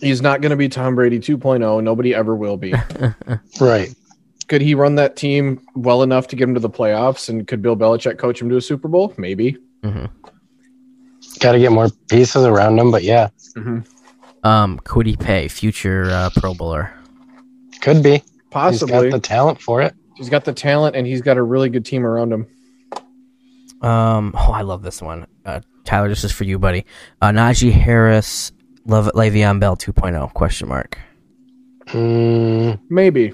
He's not going to be Tom Brady 2.0. Nobody ever will be. Right. could he run that team well enough to get him to the playoffs? And could Bill Belichick coach him to a Super Bowl? Maybe. hmm Got to get more pieces around him, but yeah, Um, Quiddy Pay, future uh, Pro Bowler. could be. Possibly. He's got the talent for it. he's got the talent and he's got a really good team around him. Um, oh, I love this one. Uh, Tyler, this is for you, buddy. Uh, Najee Harris, Love Le'Veon Bell 2.0 question mark. Mm, Maybe.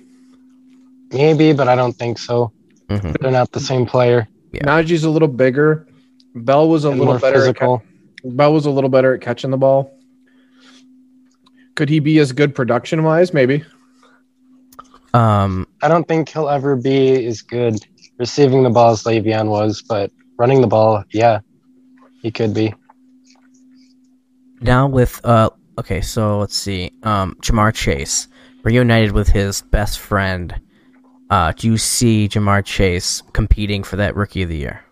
maybe, but I don't think so. hmm They're not the same player. Yeah. Najee's a little bigger. Bell was a and little more better. At, physical. ca- Bell was a little better at catching the ball. Could he be as good production wise? Maybe. Um, I don't think he'll ever be as good receiving the ball as Le'Veon was, but running the ball, yeah, he could be. now with uh, okay, so let's see. Um, Jamar Chase reunited with his best friend. Uh, do you see Jamar Chase competing for that Rookie of the Year?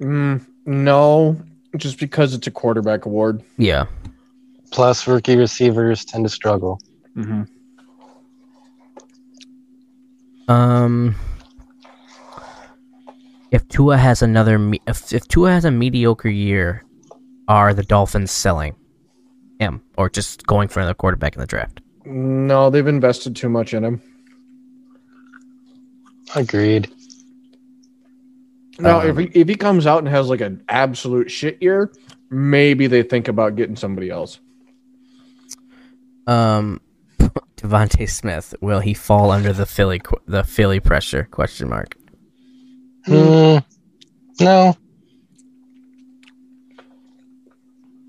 Mm, no, just because it's a quarterback award. Yeah. Plus, rookie receivers tend to struggle. Um, if Tua has another, me- if, if Tua has a mediocre year, are the Dolphins selling him or just going for another quarterback in the draft? No, they've invested too much in him. Agreed. Now, Um, if he, if he comes out and has like an absolute shit year, maybe they think about getting somebody else. Um, Devonte Smith will he fall under the Philly qu- the Philly pressure? Question mark. Hmm. Mm, no,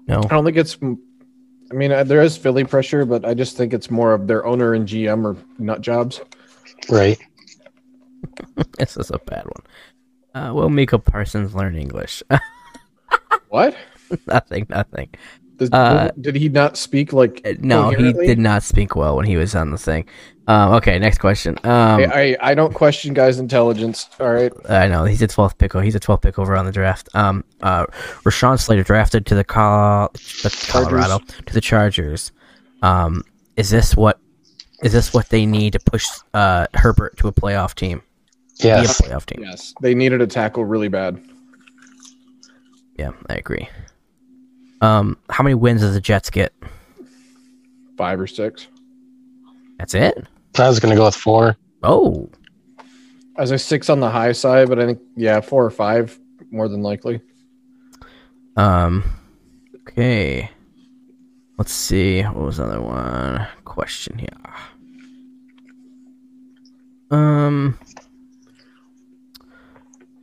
No. I don't think it's. I mean, uh, there is Philly pressure, but I just think it's more of their owner and GM or nut jobs. right. This is a bad one. Uh, will Miko Parsons learn English? What? nothing. Nothing. Did, Uh, did he not speak like? Uh, No, he coherently? did not speak well when he was on the thing. Um, okay, next question. Um, uh, I, I I don't question guys' intelligence. All right. I know he's a 12th pick. He's a 12th pick over on the draft. Um, uh, Rashawn Slater drafted to the, Col- the Colorado to the Chargers. Um, is this what is this what they need to push uh Herbert to a playoff team? Be Yes. a playoff team. Yes, they needed a tackle really bad. Yeah, I agree. Um, how many wins does the Jets get? Five or six. That's it. I was going to go with four. Oh, As a six on the high side, but I think yeah, four or five more than likely. Um. Okay. Let's see. What was the other one? Question here. Um.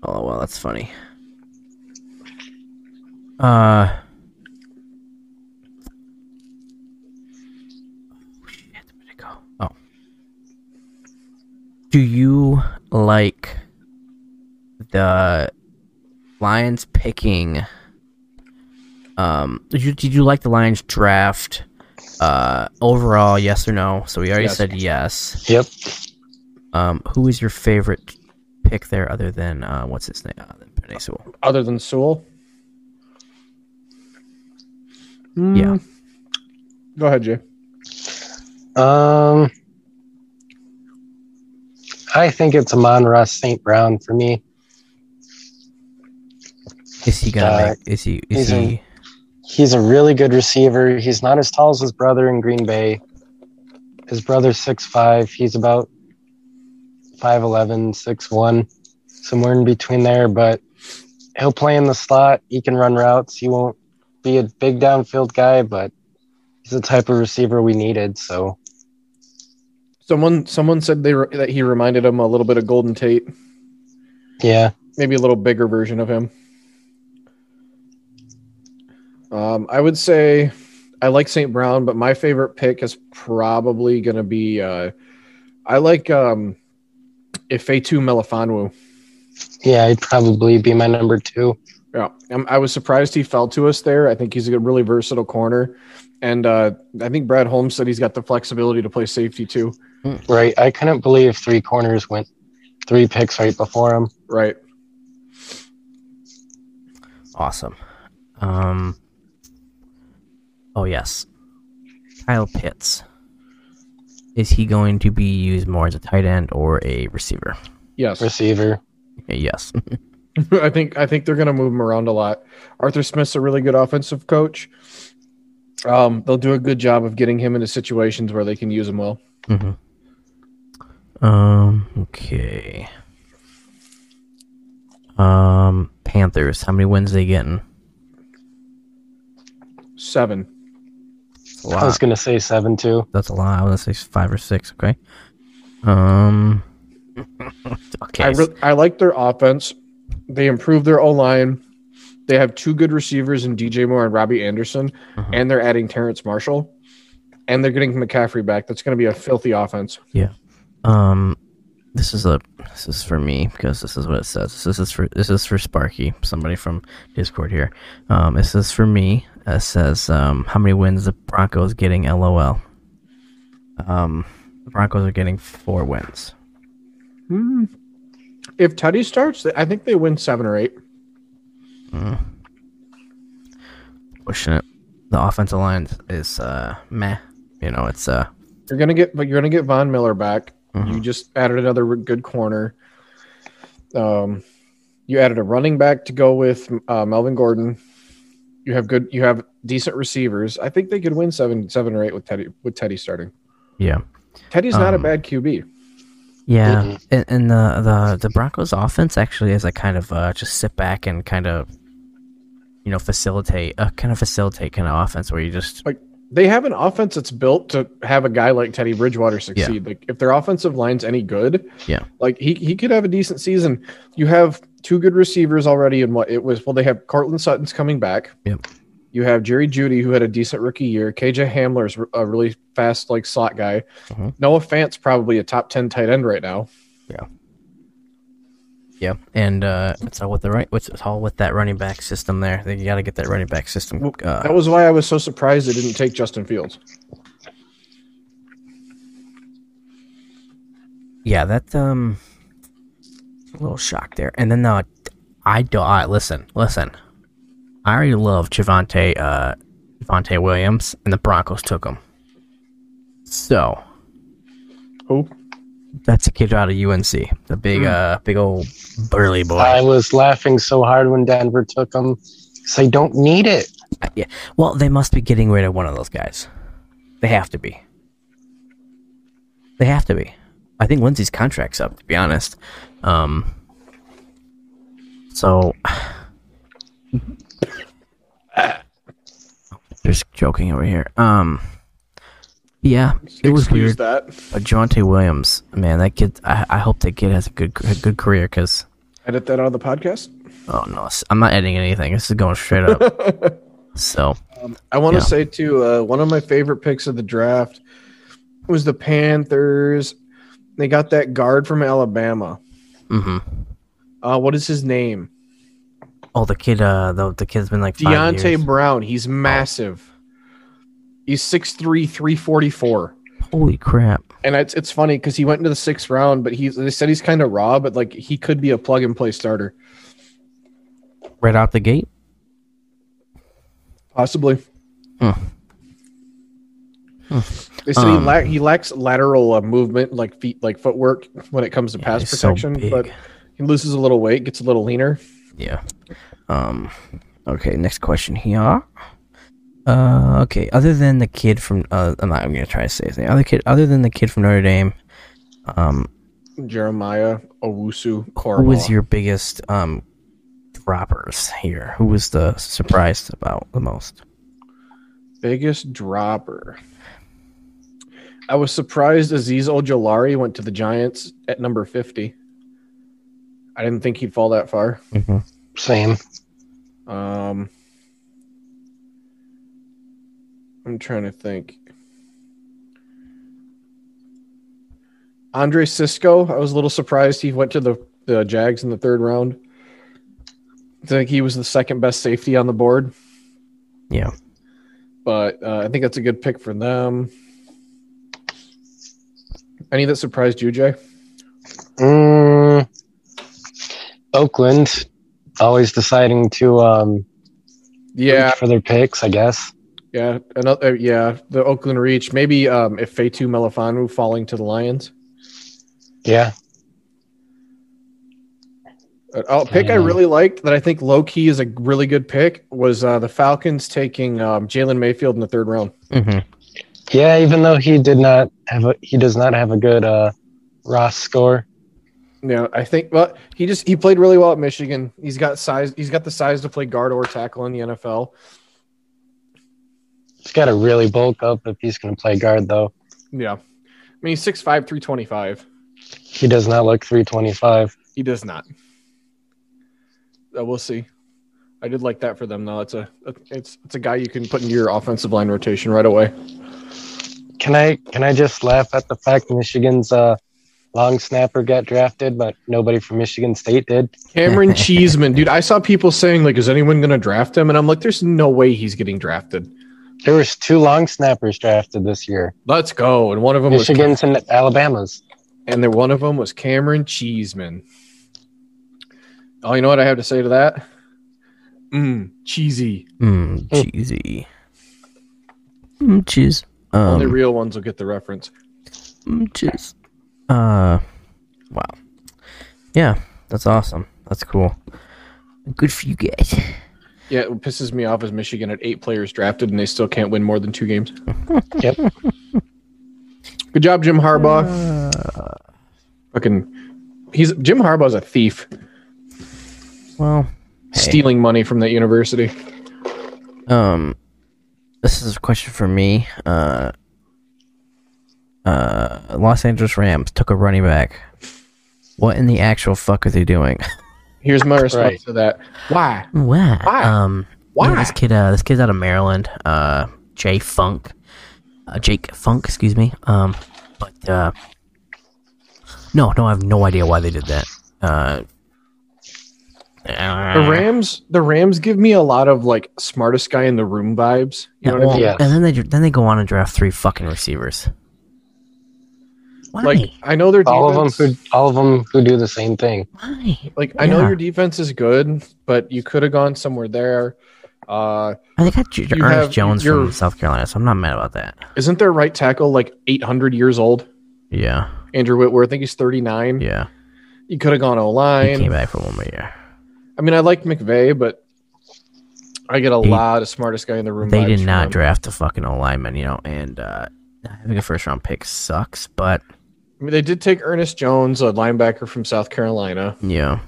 Oh well, that's funny. Uh. Oh, shit, where'd it go? Oh. do you like the Lions picking? Um, did you, did you like the Lions draft? Uh, overall, yes or no? So we already Yes. said yes. Yep. Um, who is your favorite pick there, other than uh, what's his name? Uh, Penei Sewell. Other than Sewell. Yeah. Hmm. Go ahead, Jay. Um, I think it's Amon Ross St. Brown for me. Is he gonna Uh, make? Is he? Is he's in- he? He's a really good receiver. He's not as tall as his brother in Green Bay. His brother's 6'5. He's about 5'11, 6'1, somewhere in between there. But he'll play in the slot. He can run routes. He won't be a big downfield guy, but he's the type of receiver we needed. So, Someone someone said they re- that he reminded him a little bit of Golden Tate, yeah. maybe a little bigger version of him. Um, I would say I like St. Brown, but my favorite pick is probably going to be uh, I like um, Ifeatu Melifonwu. Yeah, he'd probably be my number two. Yeah, I'm, I was surprised he fell to us there. I think he's a good- really versatile corner, and uh, I think Brad Holmes said he's got the flexibility to play safety too. Right. I couldn't believe three corners went three picks right before him. Right. Awesome. Um. Oh yes, Kyle Pitts. Is he going to be used more as a tight end or a receiver? Yes. Receiver. Yes. I think I think they're going to move him around a lot. Arthur Smith's a really good offensive coach. Um, they'll do a good job of getting him into situations where they can use him well. hmm Um. Okay. Um. Panthers. How many wins they getting? Seven. That's a I was lot. gonna say seven too. That's a lot. I was gonna say five or six. Okay. Um. okay. I re- I like their offense. They improved their O line. They have two good receivers in DJ Moore and Robbie Anderson, Mhm. and they're adding Terrence Marshall, and they're getting McCaffrey back. That's going to be a filthy offense. Um, this is a this is for me because this is what it says. This is for this is for Sparky, somebody from Discord here. Um, this is for me. It says um, how many wins the Broncos getting? LOL. Um, the Broncos are getting four wins. If Tutty starts, I think they win seven or eight. Hmm. Pushing it. The offensive line is uh meh. You know it's uh You're gonna get, but you're gonna get Von Miller back. Mhm. You just added another re- good corner. Um, you added a running back to go with uh, Melvin Gordon. You have good. You have decent receivers. I think they could win seven, seven or eight with Teddy. With Teddy starting, yeah Teddy's not a Um, bad QB. yeah. Mhm. And, and the the the Broncos offense actually is like kind of uh, just sit back and kind of you know facilitate uh, kind of facilitate kind of offense where you just They have an offense that's built to have a guy like Teddy Bridgewater succeed. Like if their offensive line's any good, Yeah. like he he could have a decent season. You have two good receivers already, and what it was. Well, they have Cortland Sutton's coming back. Yep. You have Jerry Judy, who had a decent rookie year. KJ Hamler's r- a really fast, like slot guy. Mhm. Noah Fant's probably a top ten tight end right now. Yeah, and uh, it's all with the right. It's all with that running back system there. They got to get that running back system. That Uh, was why I was so surprised they didn't take Justin Fields. yeah, that um, a little shock there. And then uh, I do. I listen, listen. I already love Javante uh, Javante Williams, and the Broncos took him. So Who? that's a kid out of UNC, the big uh, big old burly boy. I was laughing so hard when Denver took him. 'cause I don't need it. yeah. Well, they must be getting rid of one of those guys. They have to be. They have to be. I think Lindsey's contract's up, to be honest. Um, so. Just joking over here. Um, yeah, it was Excuse weird. that. But Javante Williams, man, that kid. I, I hope that kid has a good a good career because Edit that out of the podcast. oh no, s- I'm not editing anything. This is going straight up. so I want to Yeah. say too, uh, one of my favorite picks of the draft was the Panthers. They got that guard from Alabama. hmm Uh, what is his name? Oh, the kid. Uh, the, the kid's been like five Deontay years. Brown. He's massive. He's 6'3", 344. Holy crap! And it's it's funny because he went into the sixth round, but he's they said he's kind of raw, but like he could be a plug and play starter. Right out the gate. Possibly. Hmm. Hmm. They said Um, he, lack he lacks lateral uh, movement, like feet, like footwork, when it comes to pass He's so protection. big. but he loses a little weight, gets a little leaner. Yeah. Um. Okay. Next question here. Uh. Okay. Other than the kid from uh, I'm not. I'm gonna try to say his name. Other kid. Other than the kid from Notre Dame. Um. Jeremiah Owusu Who Koroma. was your biggest um droppers here? Who was the surprised about the most? biggest dropper? I was surprised Aziz Ojolari went to the Giants at number fifty. I didn't think he'd fall that far. Mm-hmm. Same. Um, I'm trying to think. Andre Cisco, I was a little surprised he went to the, the Jags in the third round. I think he was the second best safety on the board, Yeah. but uh, I think that's a good pick for them. Any that surprised you, Jay? Mm, Oakland always deciding to um, Yeah, reach for their picks, I guess. yeah, another, yeah. The Oakland Reach, maybe um, if Fatu Melifanu falling to the Lions. Yeah. Uh, Oh, a pick I Yeah. really liked that I think low key is a really good pick was uh, the Falcons taking um, Jalen Mayfield in the third round. Mm-hmm. Yeah, even though he did not have a he does not have a good uh Ross score. Yeah, I think, but he just he played really well at Michigan. He's got size. He's got the size to play guard or tackle in the NFL. He's gotta really bulk up if he's gonna play guard though. Yeah, I mean he's 6'5", 325. He does not look three twenty five. He does not. Uh, we'll see. I did like that for them though. It's a it's it's a guy you can put into your offensive line rotation right away. Can I can I just laugh at the fact Michigan's uh long snapper got drafted, but nobody from Michigan State did? Cameron Cheeseman, dude. I saw people saying like, is anyone going to draft him? And I'm like, there's no way he's getting drafted. There was two long snappers drafted this year. Let's go. And one of them was Michigan's and Alabama's. and then one of them was Cameron Cheeseman. Oh, you know what I have to say to that? Mmm, cheesy. Mm, cheesy. Mm, cheese. Um, Only real ones will get the reference. Mm, Jeez. Uh, wow. Yeah, that's awesome. That's cool. Good for you guys. Yeah, what pisses me off is Michigan had eight players drafted and they still can't win more than two games. Yep. Good job, Jim Harbaugh. Uh, Fucking, he's Jim Harbaugh's a thief, Well, Hey. stealing money from that university. um, this is a question for me. Uh, uh, Los Angeles Rams took a running back. What in the actual fuck are they doing? Here's my response Right. to that. Why? Why? Why? Um, yeah, Why? this kid, uh, this kid's out of Maryland. Uh, Jay Funk, uh, Jake Funk, excuse me. Um, but uh, no, no, I have no idea why they did that. Uh, The Uh. Rams, the Rams give me a lot of like smartest guy in the room vibes. You know what I well, mean? Yeah. and then they then they go on and draft three fucking receivers. Why? Like I know their defense, All of them who all of them who do the same thing. why? like I know Yeah. your defense is good, but you could have gone somewhere there. Uh, And they got J- You Ernest have- Jones you're- from South Carolina, so I'm not mad about that. isn't their right tackle like 800 years old? Yeah, Andrew Whitworth, I think he's 39. yeah. You could have gone O He came line. back for one more year. I mean, I like McVay, but I get a They- lot of smartest guy in the room. they vibes did from him. not draft the fucking O lineman, you know, and uh, having a first round pick sucks, but I mean, they did take Ernest Jones, a linebacker from South Carolina. yeah,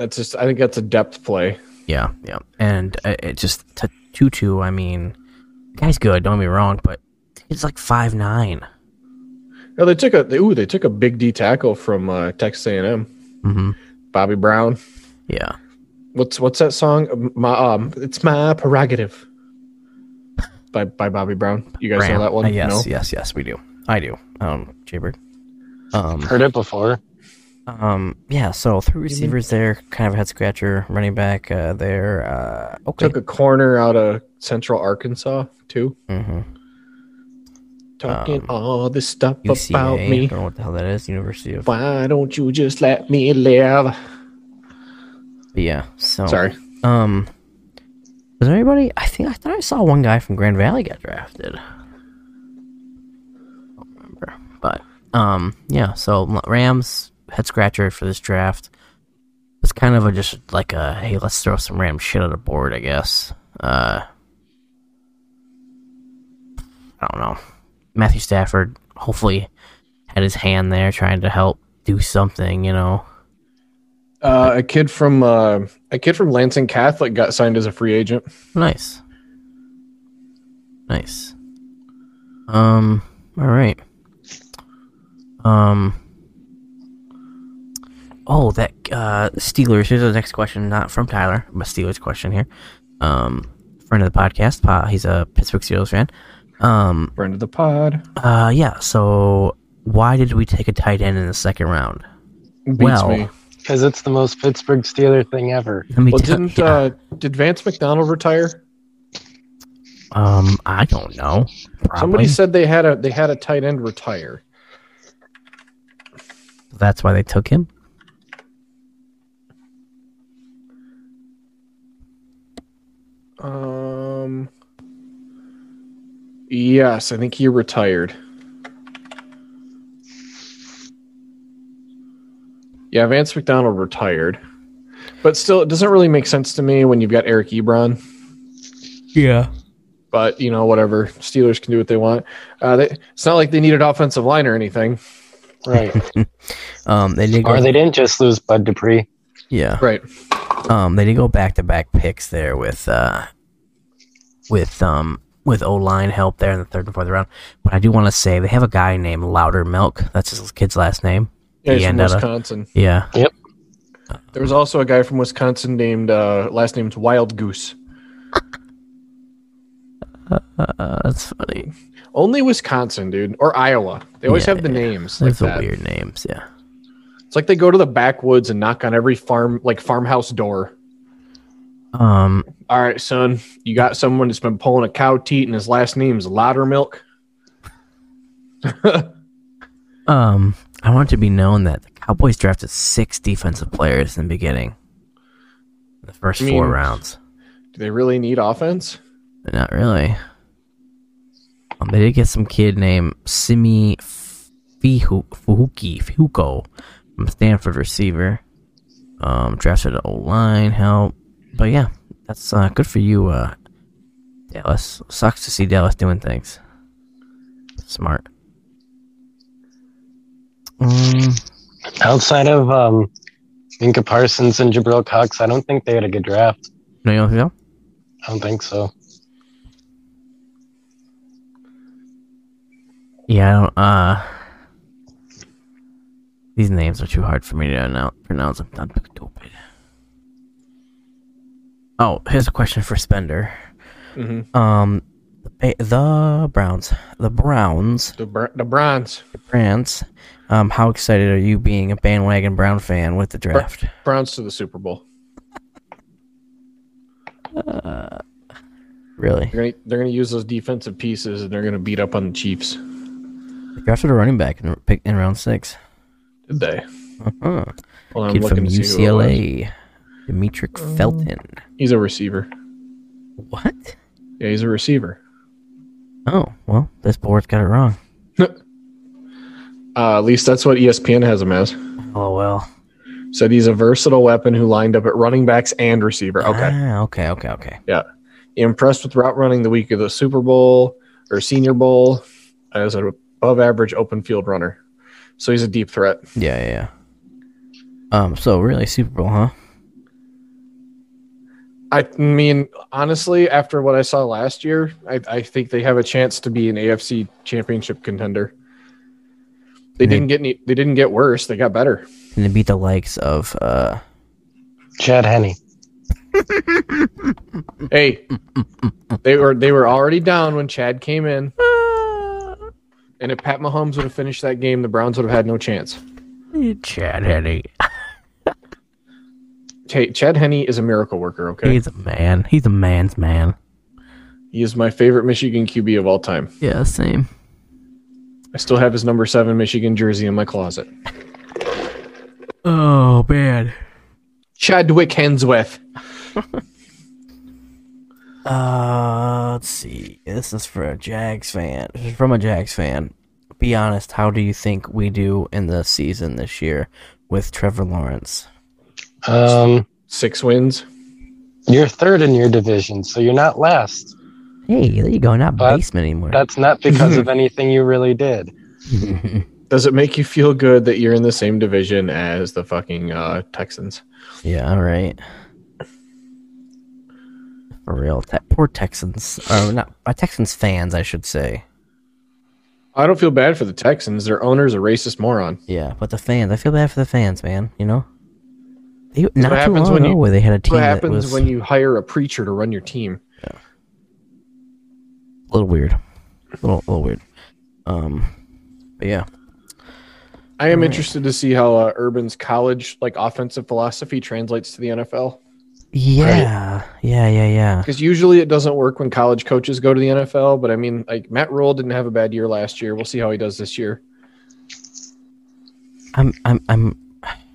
That's just, I think that's a depth play. yeah, yeah. And uh, it just, t- Tutu, I mean, guy's good, don't get me wrong, but he's like five nine. No, they took a they, ooh, they took a big D tackle from uh, Texas A&M, Mm-hmm. Bobby Brown. Yeah. What's what's that song? Um, My um, it's my prerogative. By by Bobby Brown. You guys Ram. know that one? Uh, yes, No? yes, yes, we do. I do. Um, Jaybird. Um, Heard it before. um, yeah, so three receivers there, kind of a head scratcher. Running back uh, there. Uh, okay. Took a corner out of Central Arkansas too. hmm Talking Um, all this stuff UCA. about I me. don't know what the hell that is. University of. Why don't you just let me live? Yeah. So. Sorry. Um. Was there anybody? I think I thought I saw one guy from Grand Valley get drafted. I don't remember, but um, yeah. So Rams head scratcher for this draft. It's kind of a just like a hey, let's throw some Ram shit at the board, I guess. Uh, I don't know. Matthew Stafford hopefully had his hand there trying to help do something, you know. Uh, a kid from uh, a kid from Lansing Catholic got signed as a free agent. Nice. Nice. Um, all right. Um, oh, that, uh, Steelers. Here's the next question, not from Tyler, but Steelers question here. Um, friend of the podcast, Pa, he's a Pittsburgh Steelers fan. Um, Friend of the pod. uh, yeah, so why did we take a tight end in the second round? Beats Well, me. Because it's the most Pittsburgh Steeler thing ever. Let me Well, tell- didn't yeah. uh, did Vance McDonald retire? um, I don't know. Somebody Probably. said they had a they had a tight end retire. That's why they took him. Um. Yes, I think he retired. Yeah, Vance McDonald retired, but still, it doesn't really make sense to me when you've got Eric Ebron. Yeah. But you know, whatever. Steelers can do what they want. Uh, they, it's not like they needed offensive line or anything, Right. Um, they did go or they didn't just lose Bud Dupree. Yeah. right? Um, they did go back to back picks there with uh, with um, with O line help there in the third and fourth round. But I do want to say they have a guy named Louder Milk. That's his kid's last name. Yeah, he's from Yanetta. Wisconsin. Yeah. There was also a guy from Wisconsin named uh, last name's Wild Goose. Uh, that's funny. Only Wisconsin, dude, or Iowa. They always Yeah, have the yeah. names like Those that. are weird names. Yeah. It's like they go to the backwoods and knock on every farm, like farmhouse door. Um. All right, son, you got someone that's been pulling a cow teat, and his last name's Loudermilk. Um. I want it to be known that the Cowboys drafted six defensive players in the beginning. The first I four mean- rounds. Do they really need offense? Not really. Um, they did get some kid named Simi Fihu- Fuhuki Fuhuko from Stanford receiver. Um, drafted an old line help, but yeah, that's uh, good for you, uh, Dallas. Sucks to see Dallas doing things. Smart. Um, Outside of um, Minka Parsons and Jabril Cox, I don't think they had a good draft. no, you don't think so? I don't think so. Yeah, I don't. Uh, these names are too hard for me to annou- pronounce. I'm, I'm stupid. Oh, here's a question for Spender. hmm Um, the, Ba- the Browns, the Browns, The, br- the Browns, the Browns. Um, how excited are you being a bandwagon Brown fan with the draft? Browns to the Super Bowl. Really, They're gonna they're gonna use those defensive pieces, and they're gonna beat up on the Chiefs. they drafted a running back in, pick in round six. Did they? Uh-huh. Hold on, I'm Kid looking from to see who it was. Um, UCLA, Demetric Felton. He's a receiver. What? Yeah, he's a receiver. Oh, well, this board's got it wrong. Uh, at least that's what ESPN has him as. Oh well. Said he's a versatile weapon who lined up at running backs and receiver. Okay. Ah, okay, okay, okay. impressed with route running the week of the Super Bowl or Senior Bowl as an above average open field runner. So he's a deep threat. Yeah, yeah, yeah. Um, so really Super Bowl, huh? I mean, honestly, after what I saw last year, I, I think they have a chance to be an AFC championship contender. They And they- didn't get any, they didn't get worse. They got better. And they beat the likes of uh Chad Henney. Hey, they were they were already down when Chad came in. And if Pat Mahomes would have finished that game, the Browns would have had no chance. Chad Henney. Hey, Chad Henney is a miracle worker, okay? He's a man. He's a man's man. He is my favorite Michigan QB of all time. Yeah, same. I still have his number seven Michigan jersey in my closet. Oh man. Chadwick Hensworth. Uh, let's see. This is for a Jags fan. This is from a Jags fan. Be honest. How do you think we do in the season this year with Trevor Lawrence? Um, Six wins. you're third in your division, so you're not last. Hey, there you go. Not That- basement anymore. That's not because of anything you really did. Does it make you feel good that you're in the same division as the fucking uh, Texans? yeah. All right. For real. Te- poor Texans. Or not. Uh, Texans fans, I should say. I don't feel bad for the Texans. Their owner's a racist moron. Yeah, but the fans. I feel bad for the fans, man. You know. They, not too happens long when ago, you- where they had a team What that happens was when you hire a preacher to run your team? a little weird, a little, little weird. Um, but yeah. I am Right. interested to see how uh, Urban's college like offensive philosophy translates to the NFL Yeah, yeah, yeah, yeah. because usually it doesn't work when college coaches go to the NFL. But I mean, like Matt Rule didn't have a bad year last year. We'll see how he does this year. I'm, I'm, I'm.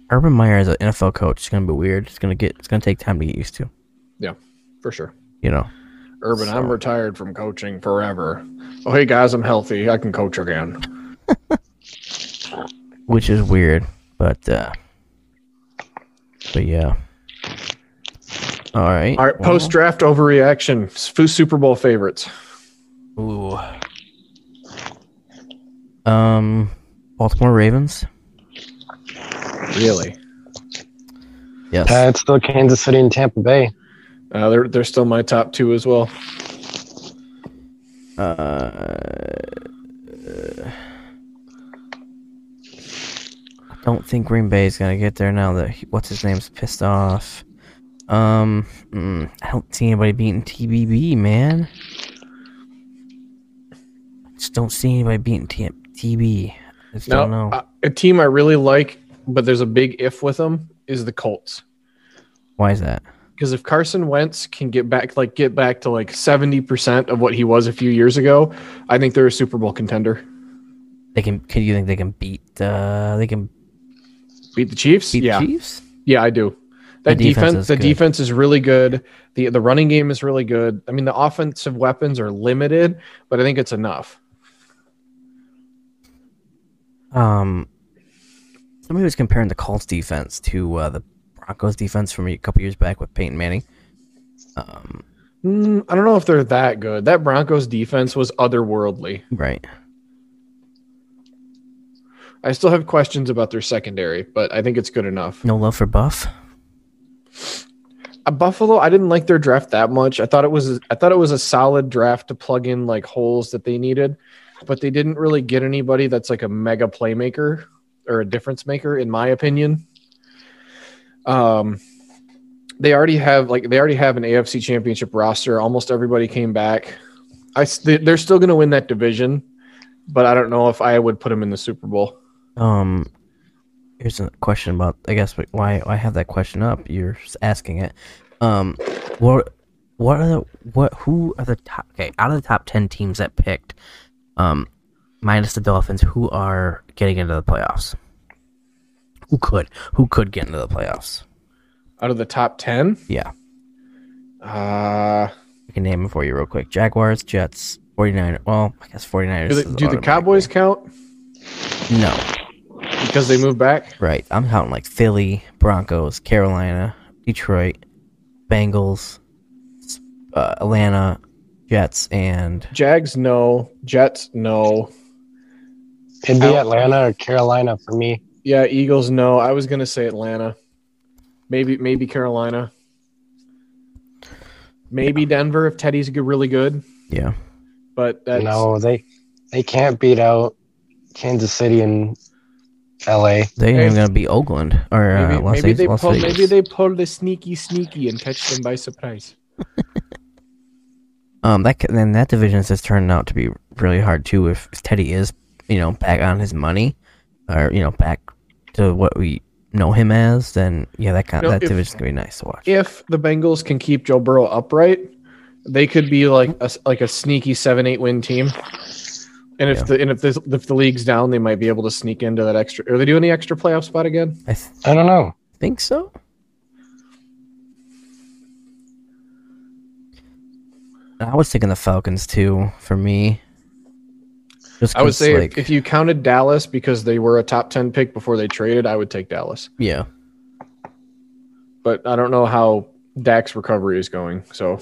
Urban Meyer as an NFL coach is gonna be weird. It's gonna get. It's gonna take time to get used to. For sure. You know. Urban, I'm So- retired from coaching forever. Oh, hey guys, I'm healthy. I can coach again. which is weird, but uh, but yeah. All right. All right, well, post draft overreaction. F- Super Bowl favorites. Ooh. Um, Baltimore Ravens. Really? Yes. Uh, it's still Kansas City and Tampa Bay. Uh, they're they're still my top two as well. Uh, I don't think Green Bay is gonna get there now that he, what's his name's pissed off. Um, mm, I don't see anybody beating TBB, man. Just don't see anybody beating T- TB. I just No, don't know uh, a team I really like, but there's a big if with them is the Colts. why is that. because if Carson Wentz can get back like get back to like 70% of what he was a few years ago, I think they're a Super Bowl contender. They can. Can you think they can beat? Uh, they can Beat the Chiefs? beat yeah. the Chiefs. Yeah, I do. That The defense defense, is the good. defense is really good. The the running game is really good. I mean the offensive weapons are limited, but I think it's enough. Um, somebody was comparing the Colts defense to uh, the Broncos defense from a couple years back with Peyton Manning. Um, Mm, I don't know if they're that good. That Broncos defense was otherworldly. right. I still have questions about their secondary, but I think it's good enough. No love for Buff. Uh, Buffalo, I didn't like their draft that much. I thought it was I thought it was a solid draft to plug in like holes that they needed, but they didn't really get anybody that's like a mega playmaker or a difference maker, in my opinion. Um, they already have like they already have an AFC Championship roster. Almost everybody came back. I s- they- they're still going to win that division, but I don't know if I would put them in the Super Bowl. Um, here's a question about. I guess wh- why I have that question up. You're s- asking it. Um, what what are the what who are the top? Okay, out of the top ten teams that picked, um, minus the Dolphins, who are getting into the playoffs? Who could who could get into the playoffs? Out of the top ten, Yeah. uh, I can name them for you real quick. Jaguars, Jets, 49ers. Well, I guess 49ers. is do the, do the automatic. Cowboys count No. because they moved back? Right. I'm counting like Philly, Broncos, Carolina, Detroit, Bengals, s- uh, Atlanta, Jets, and Jags, no. Jets, no. It'd be Out- Atlanta or Carolina for me. Yeah, Eagles, no. I was gonna say Atlanta. Maybe, maybe Carolina. Maybe Denver if Teddy's g- really good, yeah. but that's No, they they can't beat out Kansas City and L.A. They ain't Hey. even going to be Oakland or maybe, uh, Las, maybe Vegas, they Las pull Vegas. maybe they pull the sneaky sneaky and catch them by surprise. Um, that c- then that division is just turning out to be really hard too. If, if Teddy is you know, back on his money, or you know, back to what we know him as, then yeah, that kind No, that if- division's gonna be nice to watch. If the Bengals can keep Joe Burrow upright, they could be like a s- like a sneaky seven eight win team. And if Yeah. the and if this, if the league's down, they might be able to sneak into that extra. Are they doing the extra playoff spot again? I th- I don't know. think so. I was thinking the Falcons too. For me, just I would 'cause, say if- like, if you counted Dallas because they were a top ten pick before they traded, I would take Dallas. yeah, But I don't know how Dak's recovery is going. So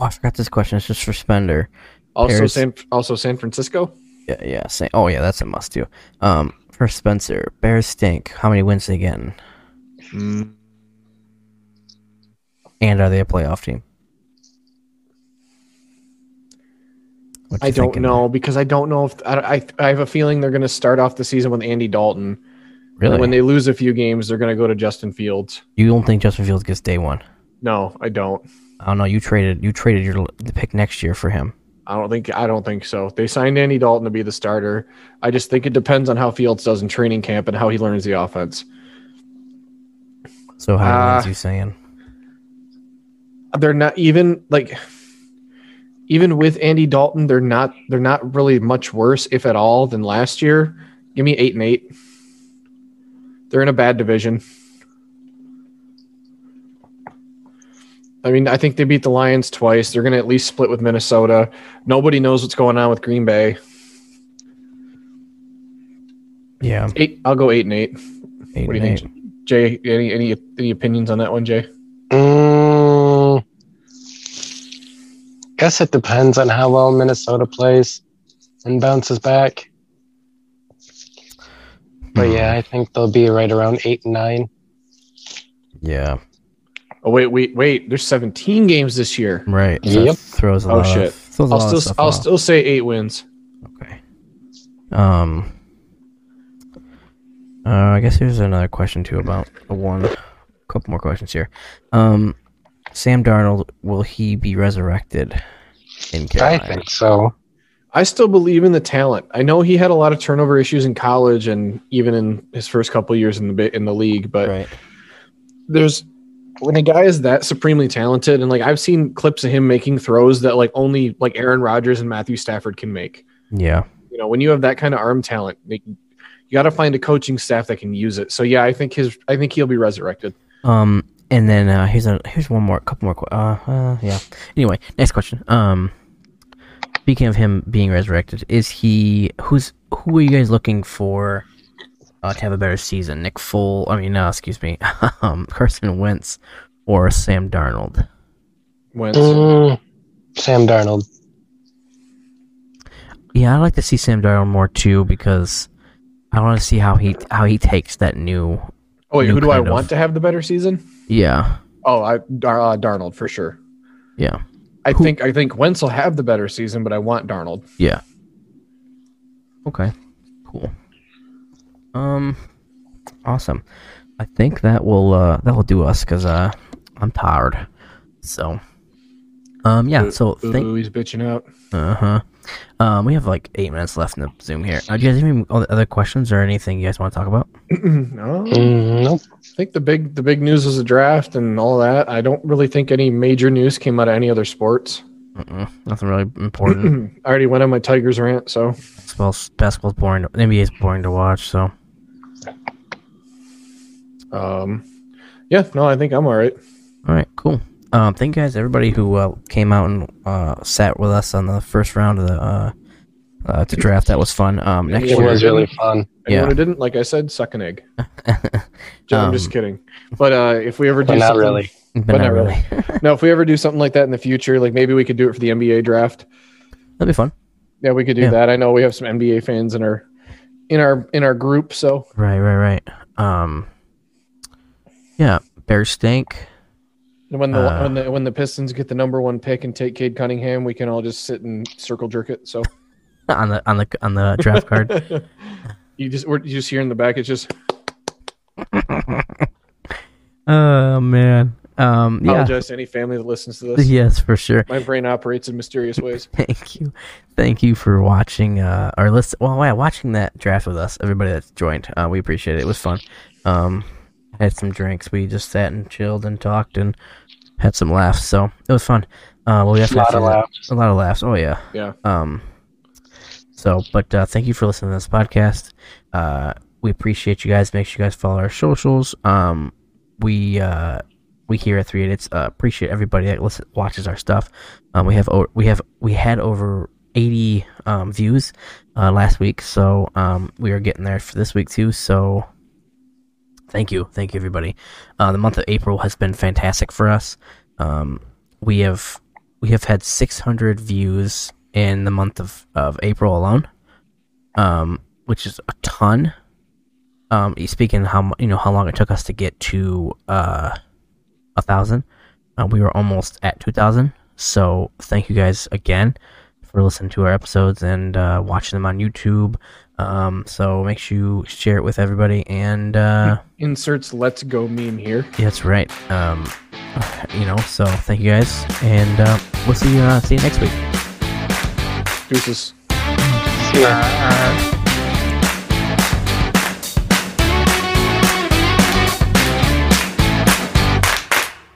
oh, I forgot this question. It's just for Spender. also Paris- San also San Francisco. Yeah, yeah. Say, oh yeah, that's a must do. Um, for Spencer, Bears stink. How many wins they getting? Mm, And are they a playoff team? What I you don't thinking know because I don't know if I, I, I have a feeling they're going to start off the season with Andy Dalton. there? Really? And when they lose a few games, they're going to go to Justin Fields. you don't think Justin Fields gets day one? No, I don't. I don't know. You traded. You traded your the pick next year for him. I don't think I don't think so. They signed Andy Dalton to be the starter. I just think it depends on how Fields does in training camp and how he learns the offense. So how many Uh, wins you saying? They're not even like even with Andy Dalton, they're not they're not really much worse if at all than last year. Give me 8 and 8. They're in a bad division. I mean, I think they beat the Lions twice. They're going to at least split with Minnesota. Nobody knows what's going on with Green Bay. Yeah, Eight. I'll go eight and eight. eight What do and you eight. think, Jay? Any any any opinions on that one, Jay? Mm, guess it depends on how well Minnesota plays and bounces back. But yeah, I think they'll be right around eight and nine. Yeah, Oh wait, wait, wait. There's 17 games this year. right. So that Yep. Throws a Oh, lot. shit. Of, throws a I'll lot of still stuff I'll off. still say eight wins. Okay. Um. Uh, I guess here's another question too about the one, couple more questions here. Um, Sam Darnold, will he be resurrected in I Carolina? think so. I still believe in the talent. I know he had a lot of turnover issues in college and even in his first couple years in the bi- in the league, but Right. there's when a guy is that supremely talented and like I've seen clips of him making throws that like only like Aaron Rodgers and Matthew Stafford can make. Yeah. you know when you have that kind of arm talent like, you got to find a coaching staff that can use it so yeah i think his i think he'll be resurrected Um, and then uh, here's a here's one more, couple more. que- Uh, uh, yeah. Anyway, next question. Um, speaking of him being resurrected, is he who's who are you guys looking for uh, to have a better season? Nick Full, I mean, no, excuse me, um, Carson Wentz or Sam Darnold? when Mm, Sam Darnold. Yeah, I'd like to see Sam Darnold more too because I want to see how he how he takes that new. oh wait new who do i kind of- want to have the better season Yeah, oh i Dar- uh, darnold for sure yeah, i Who- think i think wentz will have the better season but i want darnold yeah. Okay, cool. Um, awesome. I think that will uh that will do us because uh I'm tired. So, um, yeah. So Ooh, thank he's bitching out uh huh. Um, we have like eight minutes left in the Zoom here. Uh, do you guys have any other questions or anything you guys want to talk about? no i Mm, nope. think the big the big news was the draft and all that i don't really think any major news came out of any other sports Uh-uh, nothing really important. i already went on my tigers rant so Basketball's, basketball's boring. To, NBA is boring to watch. So um yeah no i think i'm all right all right, cool. Um, thank you guys, everybody who uh, came out and uh, sat with us on the first round of the uh, uh, to draft. That was fun. Um, next It year, was really fun. Yeah. Anyone who didn't, like I said, suck an egg. Joe, I'm just Um, kidding. But uh, if we ever do But not something, really. but, but not not really. really. no, if we ever do something like that in the future, like maybe we could do it for the NBA draft. That'd be fun. Yeah, we could do Yeah. that. I know we have some NBA fans in our in our in our group. So Right, right, right. Um, yeah, Bears stink. when the Uh. when the when the Pistons get the number one pick and take Cade Cunningham, we can all just sit and circle jerk it. So on the on the on the draft card. you just we're you just here in the back. It's just oh man. Um, yeah. Apologize to any family that listens to this. Yes, for sure. My brain operates in mysterious ways. Thank you, thank you for watching uh, our list. Well, yeah, watching that draft with us. Everybody that's joined, uh, we appreciate it. It was fun. Um, had some drinks. We just sat and chilled and talked and had some laughs. So it was fun. Uh, well, we A lot definitely of laughs. a lot of laughs. Oh yeah. Yeah. Um. So, but uh, thank you for listening to this podcast. Uh, we appreciate you guys. Make sure you guys follow our socials. Um, we uh, we here at Three Edits uh, appreciate everybody that listen, watches our stuff. Um, we have o- we have we had over eighty um, views uh, last week, so um, we are getting there for this week too. So. Thank you, thank you, everybody. Uh, the month of April has been fantastic for us. Um, we have we have had 600 views in the month of, of April alone, um, which is a ton. Um, speaking of how mu- you know how long it took us to get to uh, a thousand, uh, we were almost at 2,000. So thank you guys again for listening to our episodes and uh, watching them on YouTube. Um, so make sure you share it with everybody and. Uh, Inserts let's go meme here. yeah, That's right. Um, you know, so thank you guys, and uh, we'll see you. Uh, see you next week. Deuces. See ya. Uh,